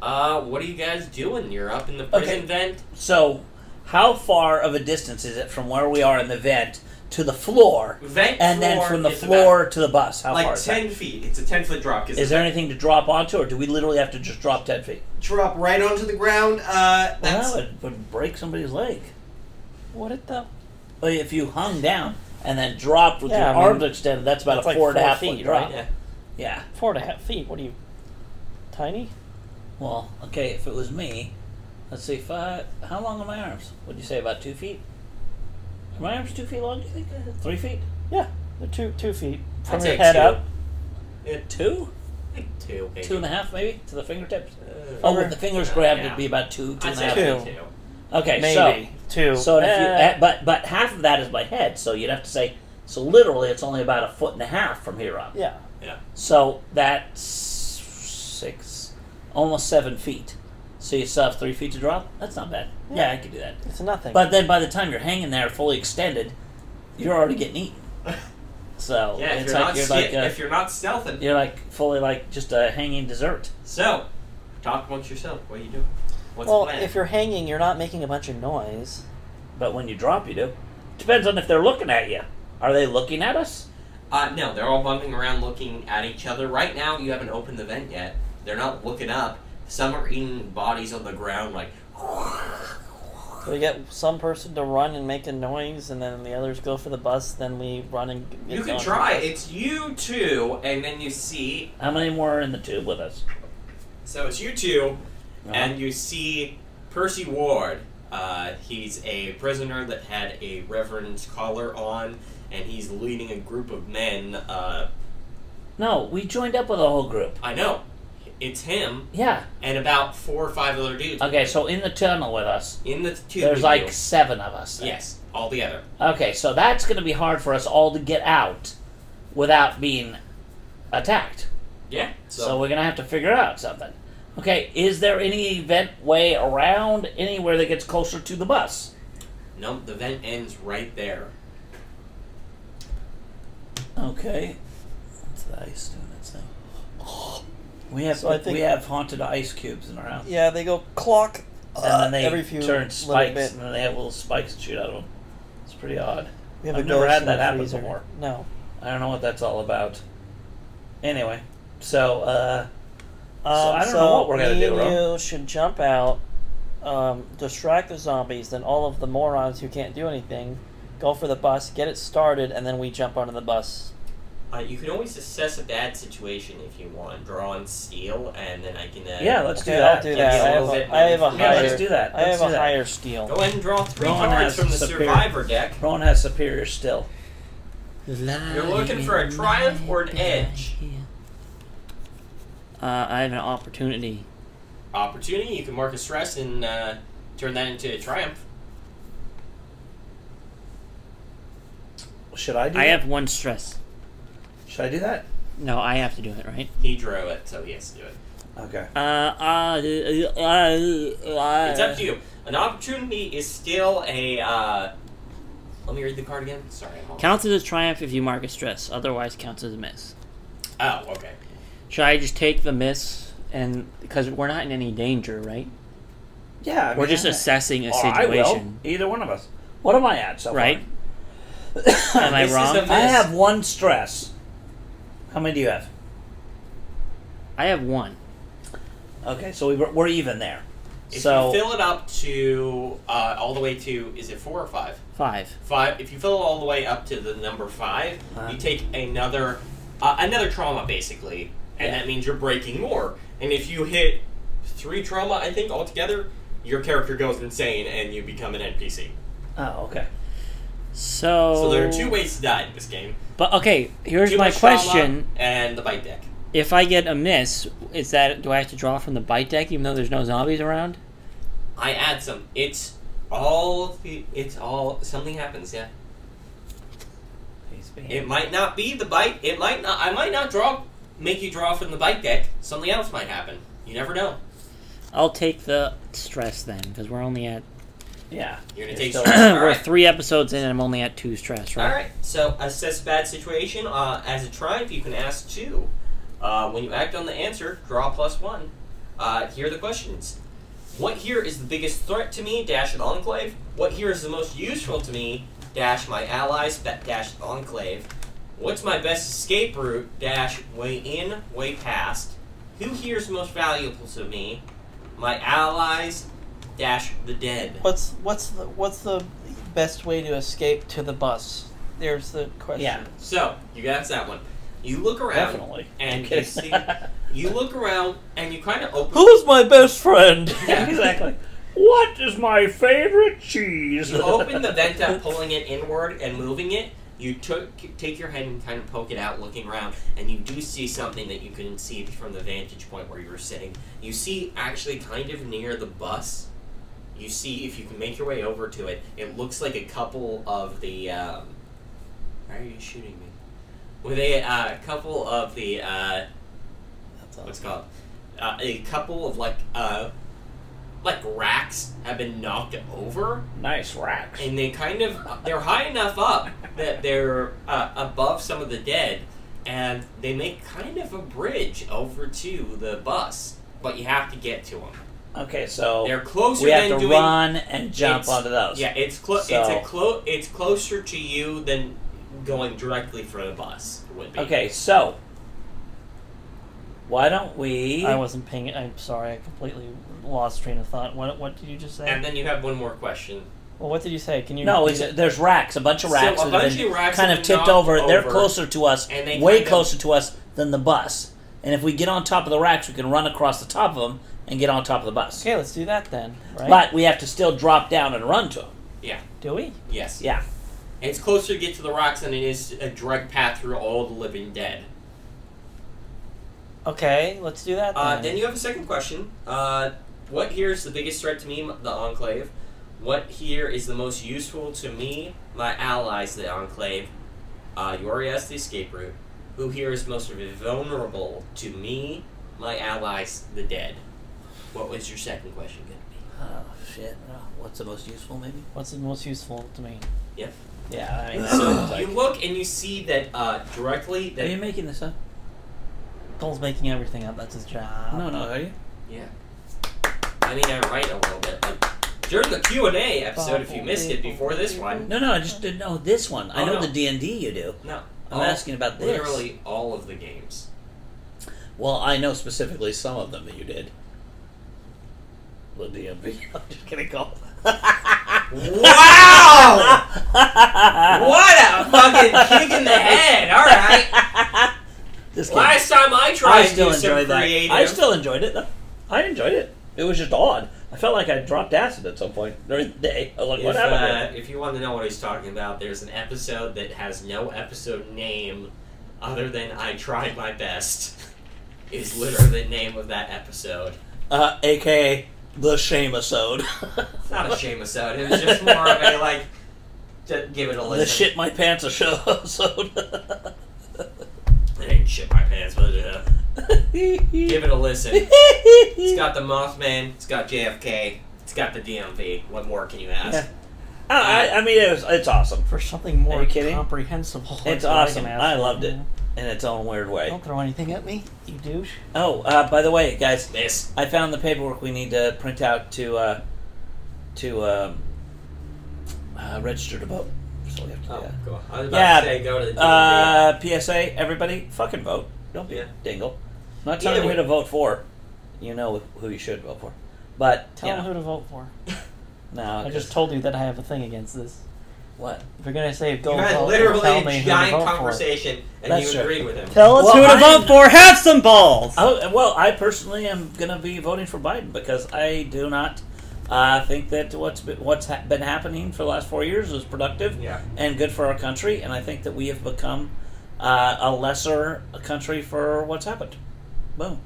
Uh, what are you guys doing? You're up in the prison Okay. vent? So, how far of a distance is it from where we are in the vent to the floor, Vent and then floor from the is floor to the bus? How about, like far? Is, that? 10 feet. It's a 10 foot drop. 'cause Is there anything to drop onto, or do we literally have to just drop ten feet? drop right onto the ground. Uh, that's Well, it would break somebody's leg. What it though? Well, if you hung down and then dropped with Yeah, your I mean, arms extended, that's about that's a like four and a four half feet, foot drop. right? yeah. Yeah. Four and a half feet. What are you? Tiny? Well, okay, if it was me, let's see, five. How long are my arms? Would you say about two feet? Are my arms two feet long? Do you think three feet? Yeah, they're two two feet from I'd say your head two. up. Two, Two, maybe. two and a half, maybe to the fingertips. Uh, Oh, with the fingers grabbed, Yeah. it'd be about two, two I'd and a say half. two. two. Okay, Maybe two. so so if you, Eh, eh, but but half of that is my head, so you'd have to say so. Literally, it's only about a foot and a half from here up. yeah, So that's six, almost seven feet. So you still have three feet to drop. That's not bad. Yeah, I could do that. it's nothing. But then by the time you're hanging there fully extended, you're already getting eaten. So Yeah, if it's you're, like not you're ste- like a, if you're not stealthing. you're like fully like just a hanging dessert. So, talk amongst yourself. What are you doing? What's well, the plan? if you're hanging, you're not making a bunch of noise. But when you drop, you do. Depends on if they're looking at you. Are they looking at us? uh, no, they're all bumping around looking at each other. Right now, you haven't opened the vent yet. They're not looking up. Some are eating bodies on the ground, like. We get some person to run and make a noise, and then the others go for the bus. Then we run and get You can going. try. It's you two, and then you see. How many more are in the tube with us? So it's you two, Uh-huh. and you see Percy Ward. Uh, he's a prisoner that had a reverend's collar on, and he's leading a group of men. Uh, no, we joined up with a whole group. I know, it's him Yeah. and about four or five other dudes Okay, so in the tunnel with us, in the tube. Uh, there's with like you. seven of us. yes, all together. Okay, so that's going to be hard for us all to get out without being attacked. Yeah. So, we're gonna have to figure out something. Okay, is there any event way around anywhere that gets closer to the bus? no, the vent ends right there. Okay. What's the ice doing its thing? We have So I think- we have haunted ice cubes in our house, Yeah, they go clock, uh, and then they every few turn little spikes, bit. and then they have little spikes that shoot out of them. It's pretty odd. We have I've a never ghost had in that the happen freezer. before. No. I don't know what that's all about. Anyway, so uh, So Um, I don't know what we're gonna me do, and Rob. You should jump out, um, distract the zombies, then all of the morons who can't do anything go for the bus, get it started, and then we jump onto the bus. Uh, you can always assess a bad situation if you want. Draw and steal, and then I can. Uh, yeah, let's okay, do I'll that. do Let's that. I have do that. a, I have a Yeah, higher. let's do that. I have Let's a do that. higher steal. Go ahead and draw three Rowan cards has from the superior- survivor deck. Rowan has superior still. You're looking for a triumph or an edge. Uh, I have an opportunity. opportunity. You can mark a stress and uh, turn that into a triumph. Should I do I that? have one stress. Should I do that? No, I have to do it, right? He drew it, so he has to do it. Okay. Uh, uh, uh, uh, uh, It's up to you. An opportunity is still a. Uh, let me read the card again. Sorry, I'm all. Counts as a triumph if you mark a stress, otherwise counts as a miss. oh, okay. Should I just take the miss and because we're not in any danger, right? Yeah. I We're mean, just I- assessing a Oh, or I will. situation, Either one of us. What am I at so far? right? Am I This is wrong? the- I have one stress. How many do you have? I have one. Okay, so we were, we're even there. If so you fill it up to uh, all the way to is it four or five? Five. Five. If you fill it all the way up to the number 5 Uh-huh. you take another uh, another trauma basically, and Yeah. that means you're breaking more. And if you hit three trauma, I think altogether, your character goes insane and you become an NPC. oh, okay. So. So there are Oh. two ways to die in this game. But okay, here's Too my much trauma question: and the bite deck. If I get a miss, is that do I have to draw from the bite deck even though there's no zombies around? I add some. It's all. of the- It's all. Something happens. Yeah. He's being- It might not be the bite. It might not. I might not draw. Make you draw from the bite deck. Something else might happen. You never know. I'll take the stress then, because we're only at yeah. You're You're gonna take. still- stress. All we're right. three episodes in, and I'm only at two stress, right? All right. So assess bad situation. Uh, as a triumph, you can ask two. Uh, when you act on the answer, draw plus one. Uh, here are the questions. What here is the biggest threat to me? Dash an enclave. What here is the most useful to me? Dash my allies. ba- Dash enclave. What's my best escape route? Dash way in, way past. Who here is most valuable to me? My allies. Dash the dead. What's what's the what's the best way to escape to the bus? There's the question. Yeah, So you got that one. You look around. definitely. and Okay. you see, you look around and you kind of open. Who's my best friend? Yeah. exactly. What is my favorite cheese? You open the vent up, pulling it inward and moving it. You took take your head and kind of poke it out, looking around, and you do see something that you couldn't see from the vantage point where you were sitting. You see, actually, kind of near the bus. You see if you can make your way over to it. It looks like a couple of the. Um, why are you shooting me? With a uh, couple of the. Uh, what's it called uh, a couple of like uh like racks have been knocked over nice racks. and they kind of they're high enough up that they're uh, above some of the dead and they make kind of a bridge over to the bus but you have to get to them Okay, so they're closer Oh, we have than to doing run and jump It's- onto those. yeah it's close it's So- a clo- it's closer to you than going directly for the bus would be Okay, so why don't we? I wasn't paying. I'm sorry. I completely lost train of thought. What what did you just say? and then you have one more question well, what did you say? Can you? no, repeat it's, there's racks, a bunch of racks so a that have bunch been of racks kind have of been tipped knocked over. They're over. closer to us, And they way kind of- closer to us than the bus. And if we get on top of the racks, we can run across the top of them and get on top of the bus. Okay, let's do that then. Right? But we have to still drop down and run to them. do we? yes Yeah. It's closer to get to the rocks than it is a direct path through all the living dead. Okay, let's do that. Uh, then. then you have a second question. Uh, what here is the biggest threat to me, m- the Enclave? What here is the most useful to me, my allies, the Enclave? Uh, you already asked the escape route. Who here is most vulnerable to me, my allies, the dead? What was your second question going to be? Oh shit! Oh, What's the most useful, maybe? What's the most useful to me? Yeah. I mean, So it's like- you look and you see that uh, directly are you that making this up? Cole's making everything up. That's his job. No, no. Are you? Yeah. I mean, I write a little bit. Like, during the Q and A episode, if you missed it before this one, No, no. I just didn't know this one. I Oh, know no. the D and D you do. no, I'm all- asking about this. literally all of the games. Well, I know specifically some of them that you did. The DMV. I'm just gonna call. Wow! Ah. what a fucking kick in the head! All right. This game. Last time I tried I still to do some enjoyed that. creative, I still enjoyed it. though. I enjoyed it. It was just odd. I felt like I dropped acid at some point during the day. I was like, If, what happened? here? uh, if you want to know what he's talking about, there's an episode that has no episode name other than I tried my best. Is literally the name of that episode. uh, aka the Shameisode. It's not a shame episode. It was just more of a like, to give it a listen. the shit my pants a show episode. I didn't shit my pants, but uh, give it a listen. It's got the Mothman. It's got JFK. It's got the DMV. What more can you ask? Yeah. Oh, I, I- I mean, it was, it's awesome for something more Are you kidding? comprehensible. It's That's what I awesome. can ask I for. loved it. Yeah. in its own weird way. Don't throw anything at me, you douche. Oh, uh, by the way, guys, This. I found the paperwork we need to print out to uh, to um, uh, register to vote. So we have to do Oh, that. cool. I was about Yeah, to say go to the DMV. Uh, PSA, everybody, fucking vote. Don't be Yeah. a dingle. I'm not telling Either you who way. to vote for. You know who you should vote for. But, Tell you them know, who to vote for. no, I Uh, just just told you that I have a thing against this. what? If you're gonna say go you had vote, tell literally me a who to giant vote for. conversation, and That's you true. agreed with him. Tell us Well, who to I- vote for. Have some balls. Oh, well, I personally am going to be voting for Biden because I do not uh, think that what's been, what's ha- been happening for the last four years is productive Yeah. and good for our country, and I think that we have become uh, a lesser country for what's happened. Boom.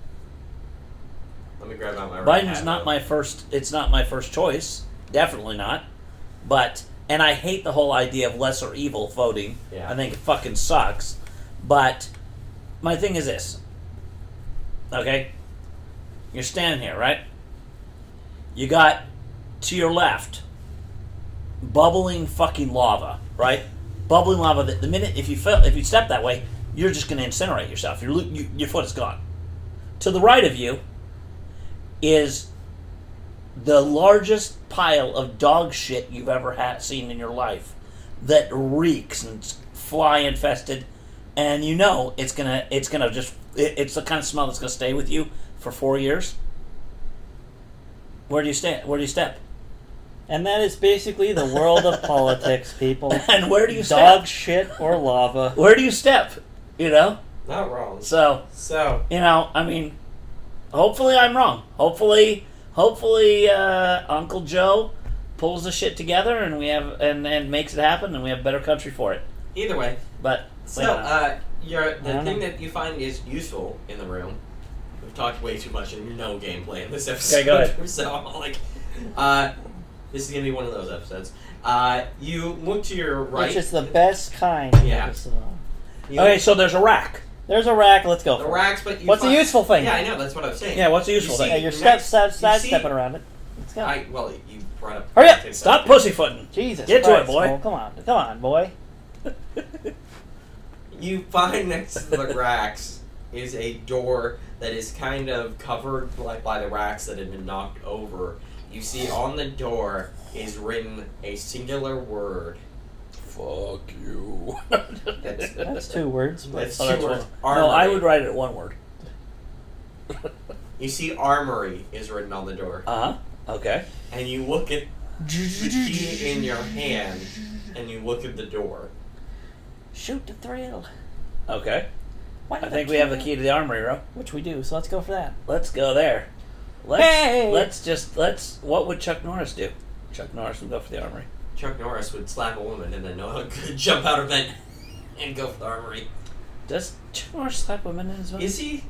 Let me grab out my. right Biden's hat, not though. my first. It's not my first choice. Definitely not. But and I hate the whole idea of lesser evil voting. Yeah. I think it fucking sucks. But my thing is this. Okay, you're standing here, right? You got to your left bubbling fucking lava, right? Bubbling lava that the minute if you fell, if you step that way, you're just going to incinerate yourself. Your lo- you, your foot is gone. To the right of you is the largest pile of dog shit you've ever had seen in your life that reeks and it's fly infested and you know it's gonna it's gonna just it, it's the kind of smell that's gonna stay with you for four years where do you stand where do you step And that is basically the world of politics, people. and where do you step Dog shit or lava. where do you step you know Not wrong. so So you know i mean hopefully i'm wrong hopefully hopefully uh, uncle joe pulls the shit together and we have and, and makes it happen and we have a better country for it either way, but so you know, uh, your the don't thing know. that you find is useful in the room. We've talked way too much and no gameplay in this episode. Okay, go ahead. so I'm like, uh, this is gonna be one of those episodes. Uh, you look to your right. Which is the best kind. Yeah. Of Islam. you okay so there's a rack There's a rack. Let's go. look- For the it. racks, but you What's a find- useful thing? Yeah, I know. That's what I was saying. yeah what's the useful You thing see- Yeah, you're step, step, You step, see- stepping around it. Let's go. I well, you brought up. Hurry up! Stop pussyfooting. Jesus. Get to it, Christ, boy. Cole, Come on, come on, boy. You find next to the racks is a door that is kind of covered like by the racks that have been knocked over. You see on the door is written a singular word. Fuck you. That's- That's two words. but- That's Oh, two that's words. No, I Armory. would write it one word. You see armory is written on the door. Uh huh. Okay. And you look at the key in your hand and you look at the door. Shoot the thrill. Okay. Why I think we have the key to the armory room. Which we do, so let's go for that. Let's go there. Let's, Hey! let's just let's. What would Chuck Norris do? Chuck Norris would go for the armory. Chuck Norris would slap a woman and then Noah could jump out of bed and go for the armory. Does Chuck Norris slap women in his movies? Is he?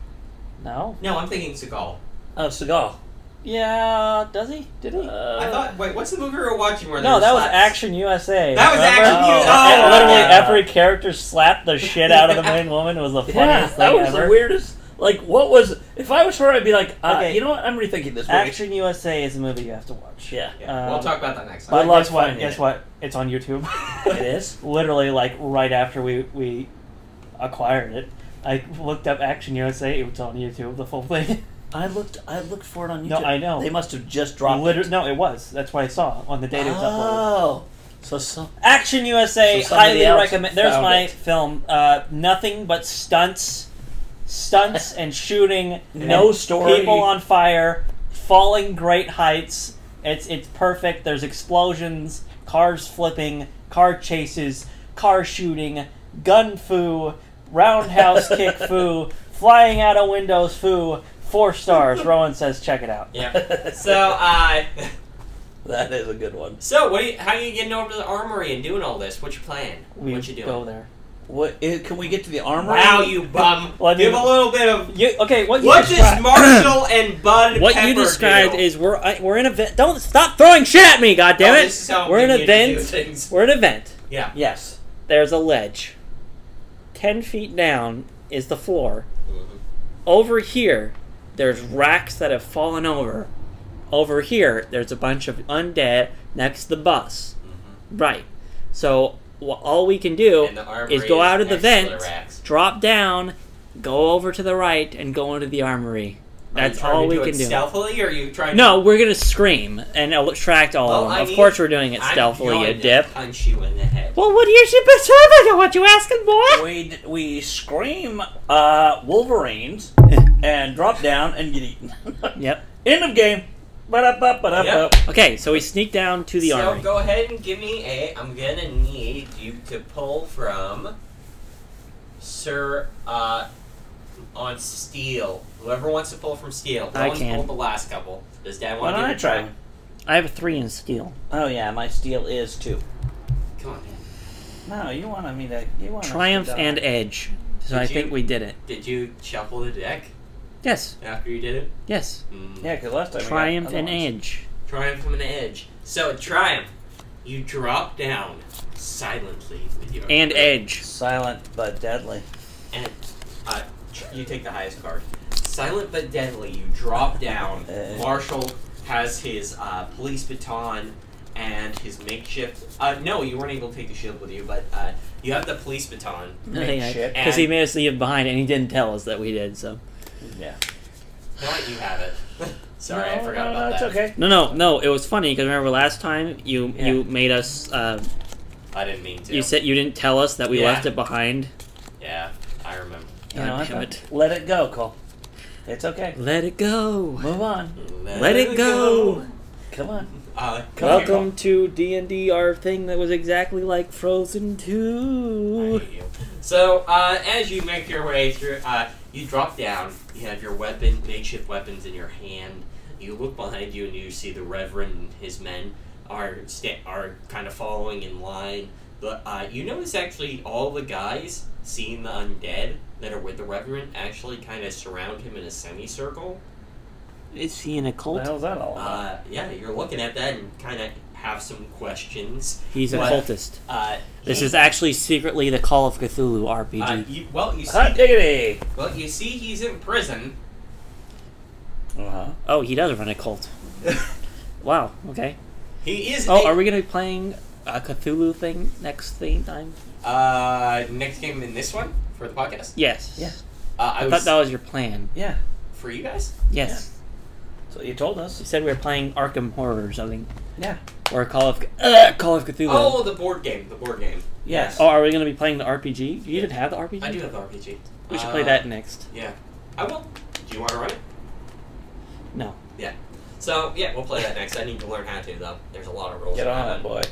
No. No, I'm thinking Seagal. Oh, Seagal. Yeah, does he? Did he? Uh, I thought. Wait, what's the movie we were watching where no, they that was slapped- Action USA. That was remember? Action USA. And Oh, literally yeah. every character slapped the shit out of the main woman. It was Yeah, the funniest that thing was ever. the weirdest. Like, what was? If I was her, I'd be like, uh, Okay. you know what? I'm rethinking this movie. Action USA is a movie you have to watch. yeah, Yeah, Um, we'll talk about that next I But time. love guess what? finding Guess it. what? It's on YouTube. it is. literally like right after we we acquired it. I looked up Action USA. It was on YouTube. The full thing. I looked. I looked for it on YouTube. No, I know. They must have just dropped. Liter- it. no, it was. That's what I saw on the day it was uploaded. Oh, so some. Action USA So somebody highly else recommend. There's found my it. film. Uh, nothing but stunts, stunts and shooting. No and story. People on fire, falling great heights. It's it's perfect. There's explosions, cars flipping, car chases, car shooting, gun foo, roundhouse kick foo, flying out of windows foo. Four stars. Rowan says, check it out. Yeah. So, so uh, that is a good one. so what? Are you, how are you getting over to the armory and doing all this? What's your plan? We what you doing? go there. What eh, can we get to the armory? Wow, you bum. Well, I mean- Give a little bit of. You, okay, what? you What does describe- Marshall and Bud What Pepper you described do? is we're I, we're in a ve- don't stop throwing shit at me, Oh, goddammit! this is how we're in opinions a do vent. things. We're in a vent. Yeah. Yes. There's a ledge. Ten feet down is the floor. Mm-hmm. Over here, there's racks that have fallen over. Over here, there's a bunch of undead next to the bus. Right. So wh- all we can do Mm-hmm. And uh, the armory is go out of the next to vent, racks. drop down, go over to the right, and go into the armory. Are you That's trying to all we do can it do. Stealthily, or are you trying? No, we're gonna scream and attract all Well, of them. I of mean, course, we're doing it to, I'm stealthily, you going to dip. Punch you in the head. Well, what do you should be What you asking, boy? We d- we scream uh, Wolverines and drop down and get eaten. Yep. End of game. Ba-da-ba, ba-da-ba. Okay, so we sneak down to the so armory. go ahead and give me a. I'm gonna need you to pull from Sir uh, on Steel. Whoever wants to pull from Steel. No I one's can. pulled the last couple. Does Dad Why want don't to I try? one? I have a three in steel. Oh yeah, my steel is two. Come on, Dad. No, you wanted me to. You want us to Triumph die. and edge. So Did I think you- we did it. Did you shuffle the deck Yes. after you did it? Yes. Mm. yeah, because last time we got Triumph other and ones. edge. Triumph from an edge. So triumph. You drop down silently with your And edge. Silent but deadly. and uh, tr- you take the highest card. Silent but deadly, you drop down. Uh. Marshall has his uh, police baton and his makeshift. Uh, no, you weren't able to take the shield with you, but uh, you have the police baton. Makeshift. Because he made us leave it behind, and he didn't tell us that we did. So Yeah. No, you have it. Sorry, I No, forgot no, about no, that. It's okay. no, no, no. It was funny because remember last time you Yeah. you made us uh, I didn't mean to. you said you didn't tell us that we Yeah. left it behind. yeah, I remember. You know, God what, damn though? it. Let it go, Cole. It's okay. Let it go. Move on. Let, it go. Come on. Uh, come here, Welcome to D and D, our thing that was exactly like Frozen Two. So, uh, as you make your way through, uh, you drop down. You have your weapon, makeshift weapons in your hand. You look behind you and you see the Reverend and his men are sta- are kind of following in line. But uh, you notice actually all the guys seeing the undead that are with the Reverend actually kind of surround him in a semicircle. Is he in a What the cult? hell's that all about? Uh, yeah, you're looking at that and kind of have some questions. He's a What? cultist. Uh, This he- is actually secretly the Call of Cthulhu Uh, RPG. you, well, you Hot see, diggity. well, you see, he's in prison. Uh-huh. oh, he does run a cult. Wow. Okay. He is. Oh, a- are we gonna be playing a Cthulhu thing next thing time? Uh, next game in this one for the podcast. Yes. Yeah. Uh, I, I was thought that was your plan. Yeah. for you guys. Yes. So you told us. You said we were playing Arkham Horror or something, Yeah. or Call of uh, Call of Cthulhu. Oh, the board game. The board game. Yes. Oh, are we gonna be playing the RPG? You didn't have the RPG. I do have the RPG. We should Uh, play that next. Yeah, I will. Do you want to run it? No. So yeah, we'll play that next. I need to learn how to though. There's a lot of rules. Get about on it, boy.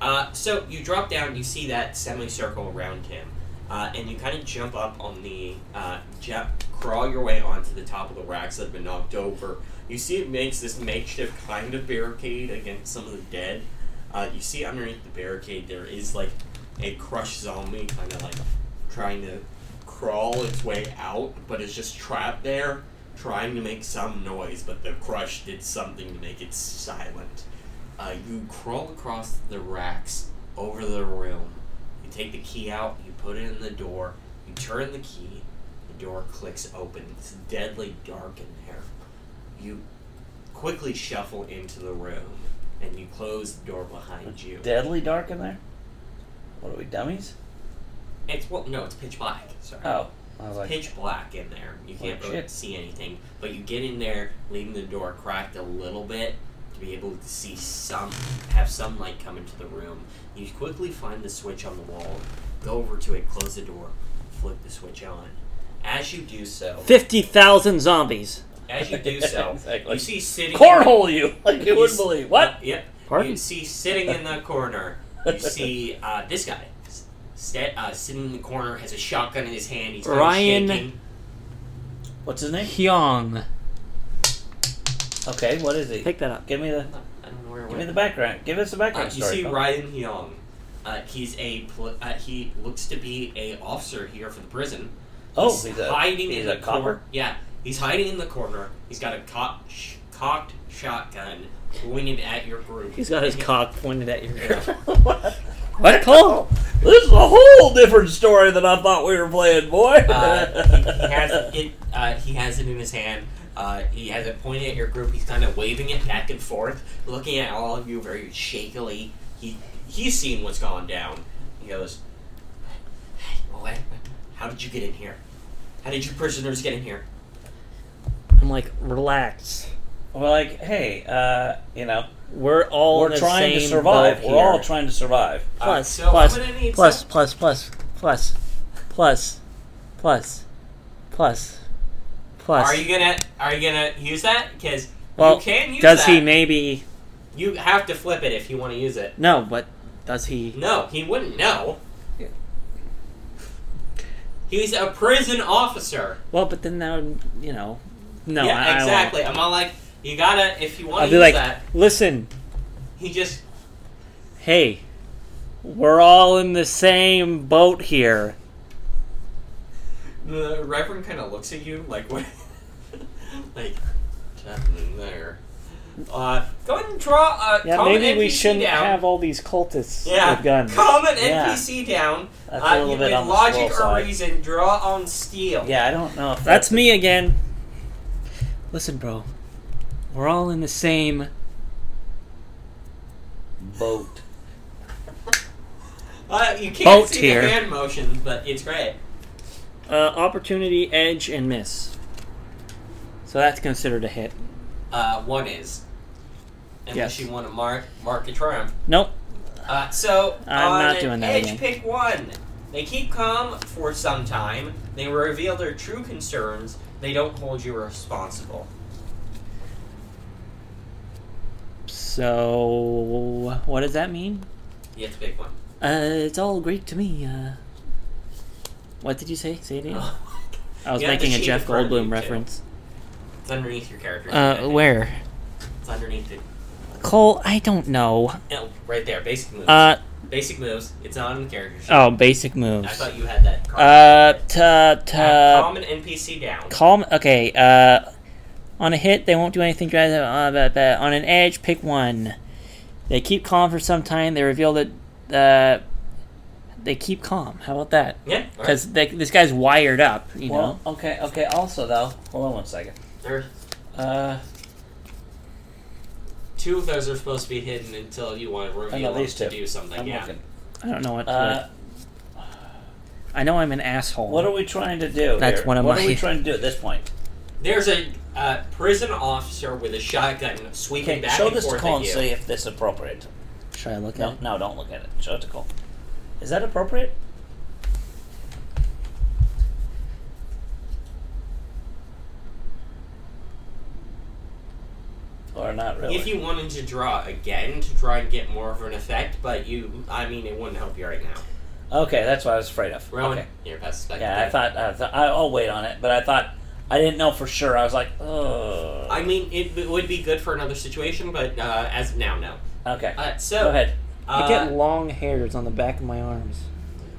Uh, so you drop down, you see that semicircle around him, uh, and you kind of jump up on the uh, jump, crawl your way onto the top of the racks that have been knocked over. You see it makes this makeshift kind of barricade against some of the dead. Uh, you see underneath the barricade there is like a crushed zombie kind of like trying to crawl its way out, but is just trapped there, trying to make some noise, but the crush did something to make it silent. Uh, you crawl across the racks over the room. You take the key out, you put it in the door, you turn the key, the door clicks open. It's deadly dark in there. You quickly shuffle into the room and you close the door behind you. Deadly dark in there. What are we dummies? It's well, no, it's pitch black. Sorry. Oh, I was like, pitch black in there. You can't Holy really shit. see anything. But you get in there, leaving the door cracked a little bit to be able to see some, have some light come into the room. You quickly find the switch on the wall, go over to it, close the door, flip the switch on. As you do so, Fifty thousand zombies. as you do so, Exactly. you see sitting cornhole you like you wouldn't s- believe. What? Yep. Pardon? You see sitting in the corner. You see uh, this guy. S- St- uh, sitting in the corner has a shotgun in his hand. He's kinda Ryan- shaking. What's his name? Hyung. Okay, what is he? Pick that up. Give me the I don't know where it give me went. the background. Give us the Uh, background you story. see Cole. Ryan Young. Uh, he's a pl- uh, he looks to be a officer here for the prison. Oh, he's, he's a- hiding he's in a the copper? corner. Yeah, he's hiding in the corner. He's got a cock- sh- cocked shotgun pointed at your group. He's got his cock pointed at your girl. What call? This is a whole different story than I thought we were playing, boy. Uh, he, he has it. Uh, he has it in his hand. Uh, he has it pointed at your group. He's kind of waving it back and forth, looking at all of you very shakily. He he's seen what's gone down. He goes, "Hey, boy, how did you get in here? How did you prisoners get in here?" I'm like, relax. We're like, hey, uh, you know, We're all in we're the trying to same survive. boat We're all here. trying to survive. Plus, Uh, so plus, I'm gonna need plus, some- plus, plus, plus, plus, plus, plus, plus. Are you gonna are you gonna use that? Because well, you can use does that. he maybe? you have to flip it if you want to use it. No, but does he? No, he wouldn't know. He's a prison officer. Well, but then that would, you know, no. yeah, I- I, won't. exactly. I'm all like, you gotta if you want I'll to be use like, that. listen, He just hey, we're all in the same boat here. the reverend kind of looks at you like what, like what's happening there. Uh, go ahead and draw a Yeah, common maybe we NPC shouldn't down. have all these cultists yeah, with guns. calm an Yeah. NPC down. That's uh, a little you bit with on the slow logic or side. reason, draw on steel. Yeah, I don't know if That's me again. Listen, bro, we're all in the same boat. Uh, you can't Boat see here. the hand motions, but it's great. Uh, opportunity, edge, and miss. So that's considered a hit. Uh, one is. Unless Yes. you want to mark mark a triumph. Nope. Uh, so I'm on not an doing that edge, again. pick one. They keep calm for some time. They reveal their true concerns. They don't hold you responsible. So what does that mean? You have to pick one. Uh, it's all Greek to me. Uh, what did you say? Say it again. I was You have the making a sheet Jeff in front of you, Goldblum too. reference. It's underneath your character. sheet, I Uh, think. where? It's underneath it. Cole, I don't know. No, right there. Basic moves. Uh, basic moves. It's not on the character sheet. oh, basic I moves. thought you had that. card. Uh, ta Uh, ta. calm an NPC down. Calm. Okay. Uh, on a hit, they won't do anything. dra- uh, but- but On an edge, pick one. They keep calm for some time. They reveal that uh, they keep calm. How about that? Yeah. all right. Because this guy's wired up. You Well, okay, okay. Also, though, hold on one second. There- Uh, two of those are supposed to be hidden until you want to reveal them these to two. do something. I'm yeah. looking. know. I don't know what. Uh, I know I'm an asshole. what are we trying to do? That's here? one of What my- are we trying to do at this point? There's a uh, prison officer with a shotgun sweeping Okay, back show and this to forth Cole at and you. see if this is appropriate. Should I look at? No, it? no, don't look at it. Show it to Cole. Is that appropriate? Or not really? If you wanted to draw again to try and get more of an effect, but you, I mean, it wouldn't help you right now. okay, that's what I was afraid of. Rowan, Okay. here, pass this back. Yeah, I thought, I thought I- I'll wait on it, but I thought I didn't know for sure. I was like, oh. I mean, it, w- would be good for another situation, but uh, as of now, no. Okay, Uh, so, go ahead. Uh, I get long hairs on the back of my arms.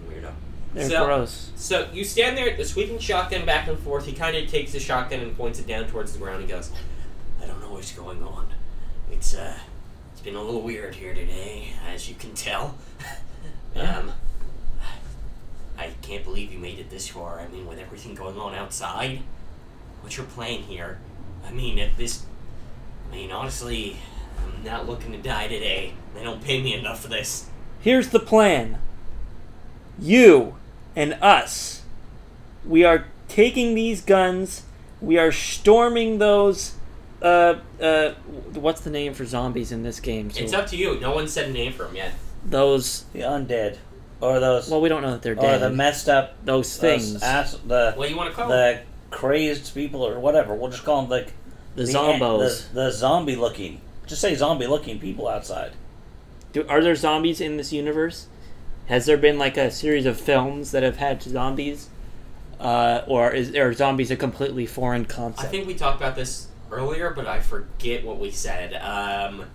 weirdo. They're So- gross. So you stand there, the sweeping shotgun back and forth. He kind of takes the shotgun and points it down towards the ground. He goes, "I don't know what's going on. It's uh, it's been a little weird here today, as you can tell. um, I can't believe you made it this far. I mean, with everything going on outside, what's your plan here? I mean, if this, I mean, honestly, I'm not looking to die today. They don't pay me enough for this. Here's the plan. You and us. We are taking these guns. We are storming those. Uh, uh, what's the name for zombies in this game? So It's up to you. No one said a name for him yet. those. The undead, or those, Well, we don't know that they're or dead. Oh, the messed up those those things. ass, the What do you want to call him? the crazed people or whatever. We'll just call them the the zombos. the, the zombie looking. Just say zombie looking people outside. Do, are there zombies in this universe? Has there been like a series of films that have had zombies? Uh, or is are zombies a completely foreign I concept? think we talked about this earlier, but I forget what we said. Um,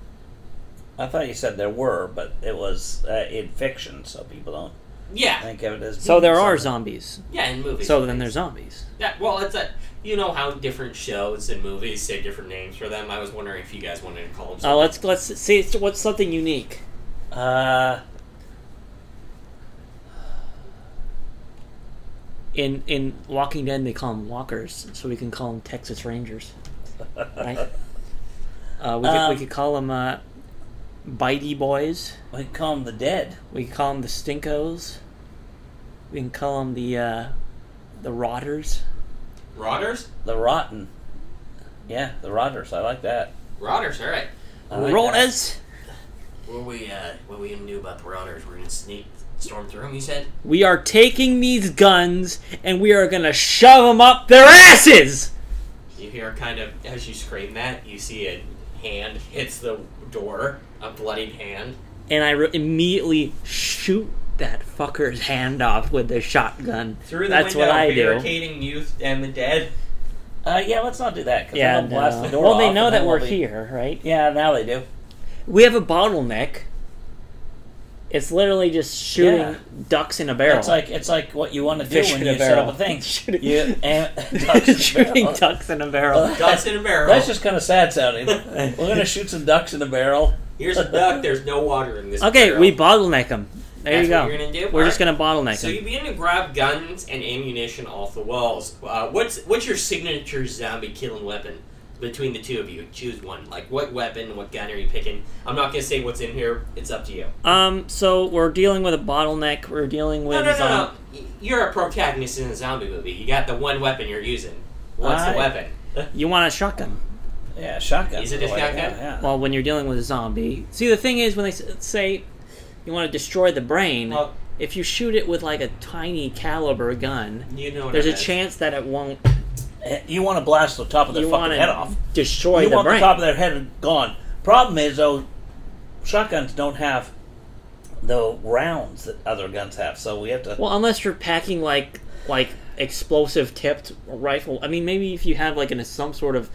I thought you said there were, but it was uh, in fiction, so people don't Yeah, think of it as. So there being are something. zombies. yeah, in movies. So then there's zombies. Yeah, well, it's a. You know how different shows and movies say different names for them. I was wondering if you guys wanted to call them. Uh, let's let's see it's- what's something unique. Uh, In in Walking Dead, they call them walkers, so we can call them Texas Rangers, right? Uh, we could we Um, could call them uh, Bitey Boys. we call them the dead. We can call them the Stinkos. We can call them the uh, the Rotters. Uh, Rotters. The rotten. Yeah, the rotters. I like that. Rotters. All right. I like that. Rotters. What we uh, what we knew about the Rotters? We're gonna sneak storm through them. You said. We are taking these guns and we are gonna shove them up their asses. You hear kind of as you scream that, you see a hand hits the door, a bloodied hand. And I re- immediately shoot that fucker's hand off with the shotgun. Through the That's window, what I do. barricading youth and the dead. Uh, yeah, let's not do that because Yeah. they'll blast no. the door well, they off know and that then we're we'll be- here, right? Yeah, now they do. We have a bottleneck. It's literally just shooting Yeah. ducks in a barrel. It's like it's like what you want to do Fish when in a you set barrel. up a thing. Shooting- You and ducks in a shooting barrel. ducks in a barrel. Ducks in a barrel. That's just kind of sad sounding. We're gonna shoot some ducks in a barrel. Here's a duck. There's no water in this. Okay, barrel. we bottleneck them. There That's you go. What you're gonna do. We're All just right. gonna bottleneck So them. you begin to grab guns and ammunition off the walls. Uh, what's what's your signature zombie killing weapon between the two of you? Choose one. Like what weapon, what gun are you picking? I'm not gonna say what's in here. It's up to you. um, so we're dealing with a bottleneck. We're dealing with No, no, no, no. um, Y- You're a protagonist in a zombie movie. You got the one weapon you're using. What's I- the weapon? you want a shotgun. Yeah, shotgun. Is it a Oh, shotgun? Yeah, yeah. Well, when you're dealing with a zombie, see the thing is when they s- say you want to destroy the brain, Well, if you shoot it with like a tiny caliber gun, you know. What there's it a is. chance that it won't Eh, You want to blast the top of their You fucking wanna- head off. destroy you the want brain. the top of their head gone. Problem is though, shotguns don't have the rounds that other guns have, so we have to. Well, unless you're packing like like explosive tipped rifle. I mean, maybe if you have like an some sort of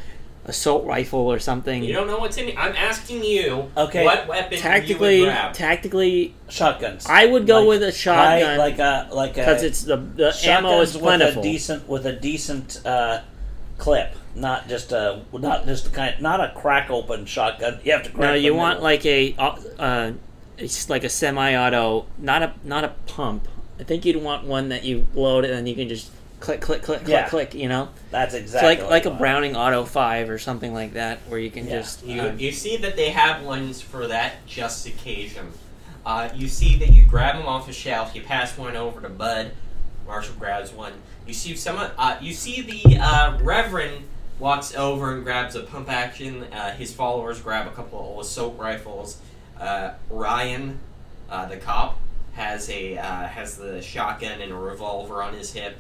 assault rifle or something. You don't know what's in. I'm asking you. Okay. What weapon you tactically, would grab? tactically, shotguns. I would go Like with a shotgun. High, like a like uh, a because it's the the ammo shotguns is plentiful. with a decent with a decent uh, clip, not just a not just a kind not a crack open shotgun. You have to crack. no, the you want middle. like a uh, uh, it's like a semi-auto, not a not a pump. I think you'd want one that you load and then you can just click click click click Yeah. click. You know, that's it's exactly like like a what you want. Browning Auto Five or something like that, where you can Yeah. just You, uh, you see that they have ones for that just occasion. Uh, you see that you grab them off a shelf. You pass one over to Bud. Marshall grabs one. You see someone. Uh, you see the uh, Reverend walks over and grabs a pump action. Uh, his followers grab a couple of assault rifles. Uh, Ryan, uh, the cop, has a uh, has the shotgun and a revolver on his hip.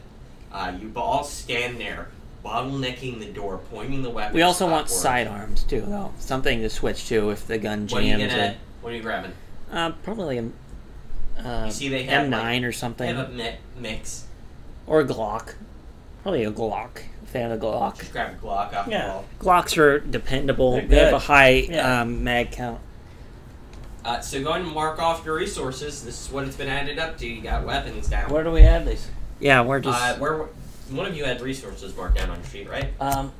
Uh, you all stand there, bottlenecking the door, pointing the weapon. We also want upward. sidearms too, though. Something to switch to if the gun jams. What are you gonna? and- What are you grabbing? Uh, probably an uh, You see they have, M9 or They something, have a mi- mix. or a Glock. Probably a Glock. Fan of Glock. Just grab a Glock off Yeah. the wall. Glocks are dependable. They're They have a good. high Yeah. um, mag count. Uh, so go ahead and mark off your resources. This is what it's been added up to. You got weapons down. Where do we have these? Yeah, we're just. uh, where one of you had resources marked down on your sheet, right? Um,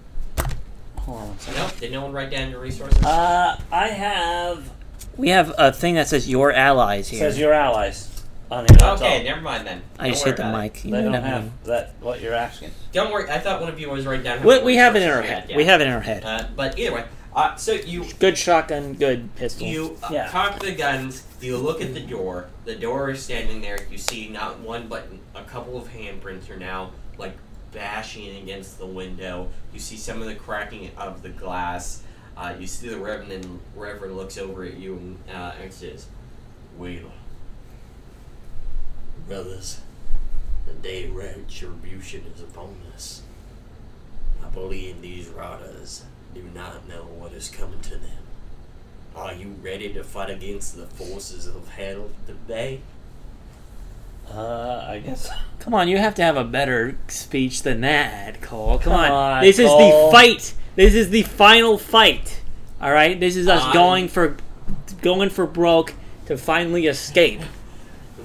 hold on one second. Nope. Did no one write down your resources? Uh, I have we have a thing that says "Your allies" here. says your allies on here. That's okay, all. never mind then. I just Don't hit the worry about it. mic. You They don't never have mind. that. What you're asking? Don't worry. I thought one of you was writing down. how We, many we have it in our resources you head. had We down. have it in our head. Uh, but either way, uh, so you good shotgun, good pistol. You uh, Yeah. cock the guns. You look at the door. The door is standing there. You see not one but a couple of handprints are now like bashing against the window. You see some of the cracking of the glass. Uh, you see the reverend. and Reverend looks over at you and, uh, and says, "Well, brothers, the day of retribution is upon us. I believe these rotters do not know what is coming to them." Are you ready to fight against the forces of hell today? Uh, I guess. Come on, you have to have a better speech than that, Cole. Come Come, on. on, This is Cole. the fight. This is the final fight. All right? This is us Um, going for going for broke to finally escape.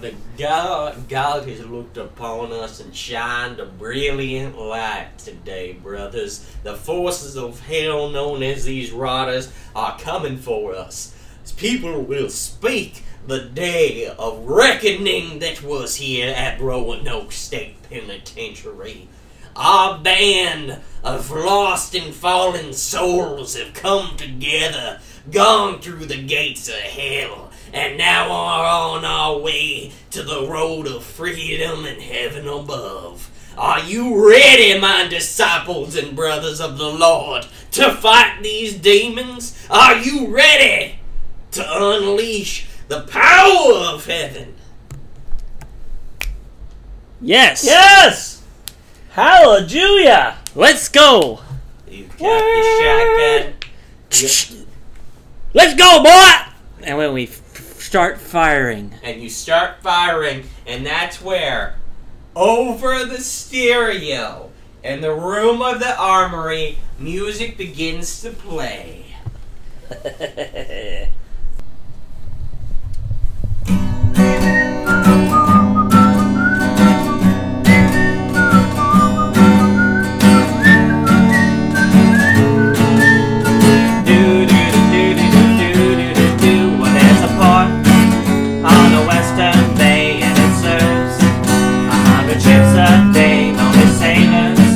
The God, God has looked upon us and shined a brilliant light today, brothers. The forces of hell, known as these rotters, are coming for us. People will speak the day of reckoning that was here at Roanoke State Penitentiary. Our band of lost and fallen souls have come together, gone through the gates of hell, and now are on our way to the road of freedom and heaven above. Are you ready, my disciples and brothers of the Lord, to fight these demons? Are you ready to unleash the power of heaven? Yes. Yes! Hallelujah! Let's go. You got the shotgun. Let's go, boy. And when we f- start firing, and you start firing, and that's where, over the stereo, in the room of the armory, music begins to play. do do do do do do do do Well, there's a port on the western bay, and it serves a hundred ships a day. Lonely sailors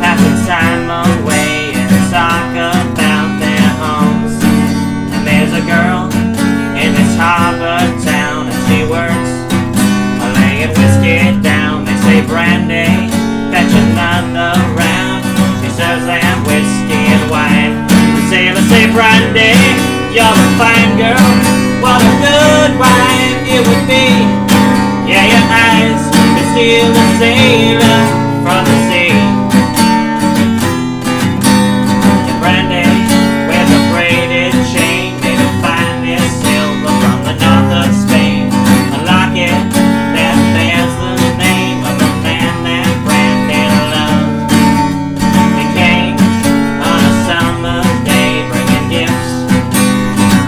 passing time away, and they talk about their homes. And there's a girl in this harbor town, and she works laying whiskey down. They say brandy, fetch another round. She serves them whiskey and wine. The sailors say brandy, you're a fine girl. What a good wife you would be. Yeah, your eyes can steal the sailor from the sea. And brandy, with a braided chain, made a fine this silver from the north of Spain. Unlock it. That bears the name of the man that Brandon loved. They came on a summer day, bringing gifts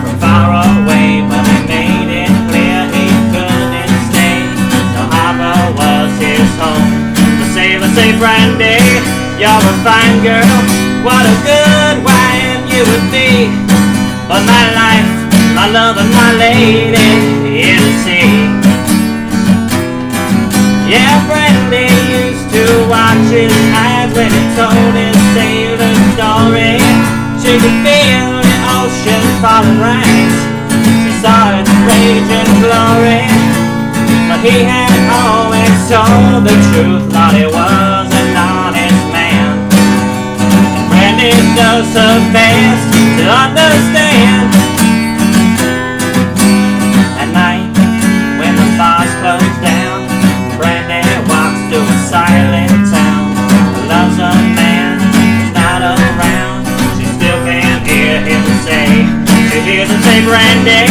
from far away, but they made it clear he couldn't stay. The harbor was his home. The sailor say, Brandy, you're a fine girl. What a good wife you would be. But my life, my love, and my lady is at sea. Yeah, Brandy used to watch his eyes when he told his sailor story. She could feel the ocean falling rise. She saw its rage and glory. But he had always told the truth, Lord, he was an honest man. And Brandy knows so best to understand. At night, when the bars close down, Brandy walks to a silent town. Loves a man who's not around. She still can hear him say, she hears him say, Brandy,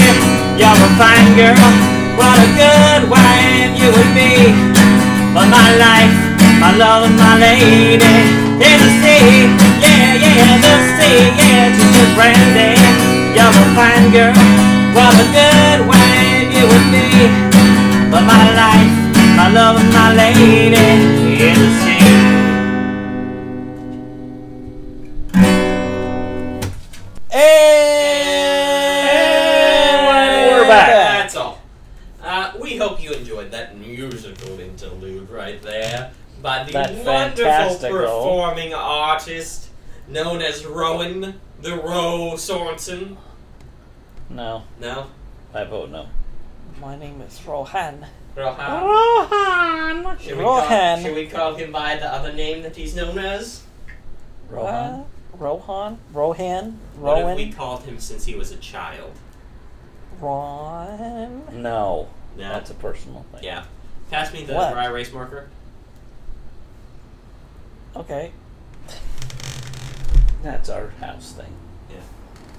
you're a fine girl. What a good wife you would be. But my life, my love, and my lady is the sea. Yeah, yeah, the sea. Yeah, she says, Brandy, you're a fine girl. What a good wife you would be. But my life, my love, and my lady is the same. And we're back. That's all. Uh, we hope you enjoyed that musical interlude right there by the That wonderful fantastical. performing artist known as Rowan the Roe Sorensen. No, No, I vote no. my name is Rohan. Rohan. Rohan. Should we, call, should Rohan. we call him by the other name that he's known as? Uh, Rohan. Rohan. Rohan. What if we Rowan. called him since he was a child? Ron. No. No. That's a personal thing. yeah. Pass me the What? dry erase marker. Okay. That's our house thing. Yeah.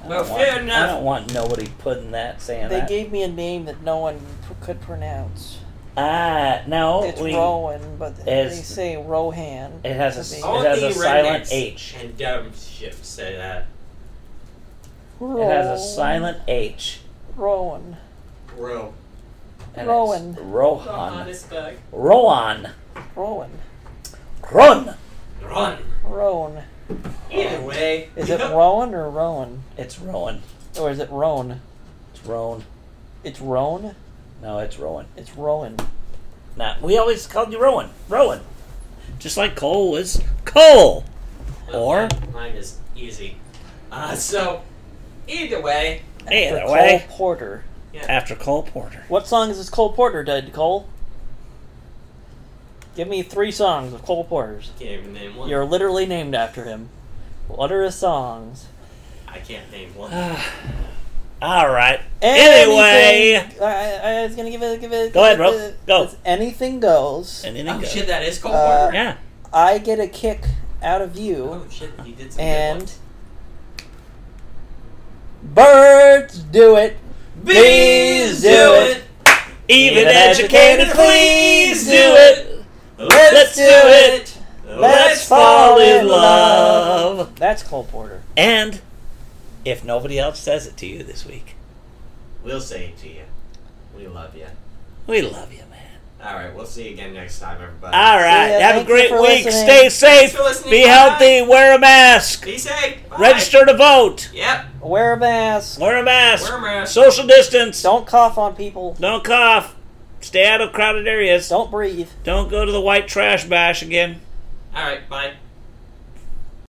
I Well, don't want- fair enough. I don't want nobody putting that saying They that. gave me a name that no one p- could pronounce. ah, no, It's we, Rowan, but they it's- say Rohan. it has a, s- All it has the a silent rednecks H. And dumb ships say that. It has a silent H. Rowan. Bro. And Rowan. it's Rohan. honest guy. Rohan. Rowan. Run. Run. Rowan. Either way. Is it Rowan or Rowan? It's Rowan. Or is it Roan? It's Roan. It's Roan? No, it's Rowan. It's Rowan. Nah, we always called you Rowan. Rowan. Just like Cole is Cole. Or Mine is easy. Uh, so, either way. For either Cole way, Porter. after Cole Porter. What song is this Cole Porter did, Cole? Give me three songs of Cole Porter's. Can't even name one. You're literally named after him. What are his songs? I can't name one. All right. Anything- Anyway, I, I- I was gonna give it. Give it. Go ahead, give it- Ro. Go. it's Anything goes. and then oh he goes. shit, that is Cold Uh, War. Yeah. I get a kick out of you, Oh shit, he did some and good birds do it. ones. Bees do it. Even Even educated, educated, please do do it. Let's do it. Let's fall in love. That's Cole Porter. And if nobody else says it to you this week, We'll say it to you. We love you. we love you, man. All right, we'll see you again next time, everybody. All right. ya. Have a Thank you great for week. listening. Stay Thanks safe. for listening. Be Bye. healthy. Wear a mask. Be safe. Bye. Register to vote. Yep. Wear a mask. Wear a mask. Wear a mask. Social distance. Don't cough on people. Don't cough. Stay out of crowded areas. Don't breathe. Don't go to the white trash bash again. All right. Bye.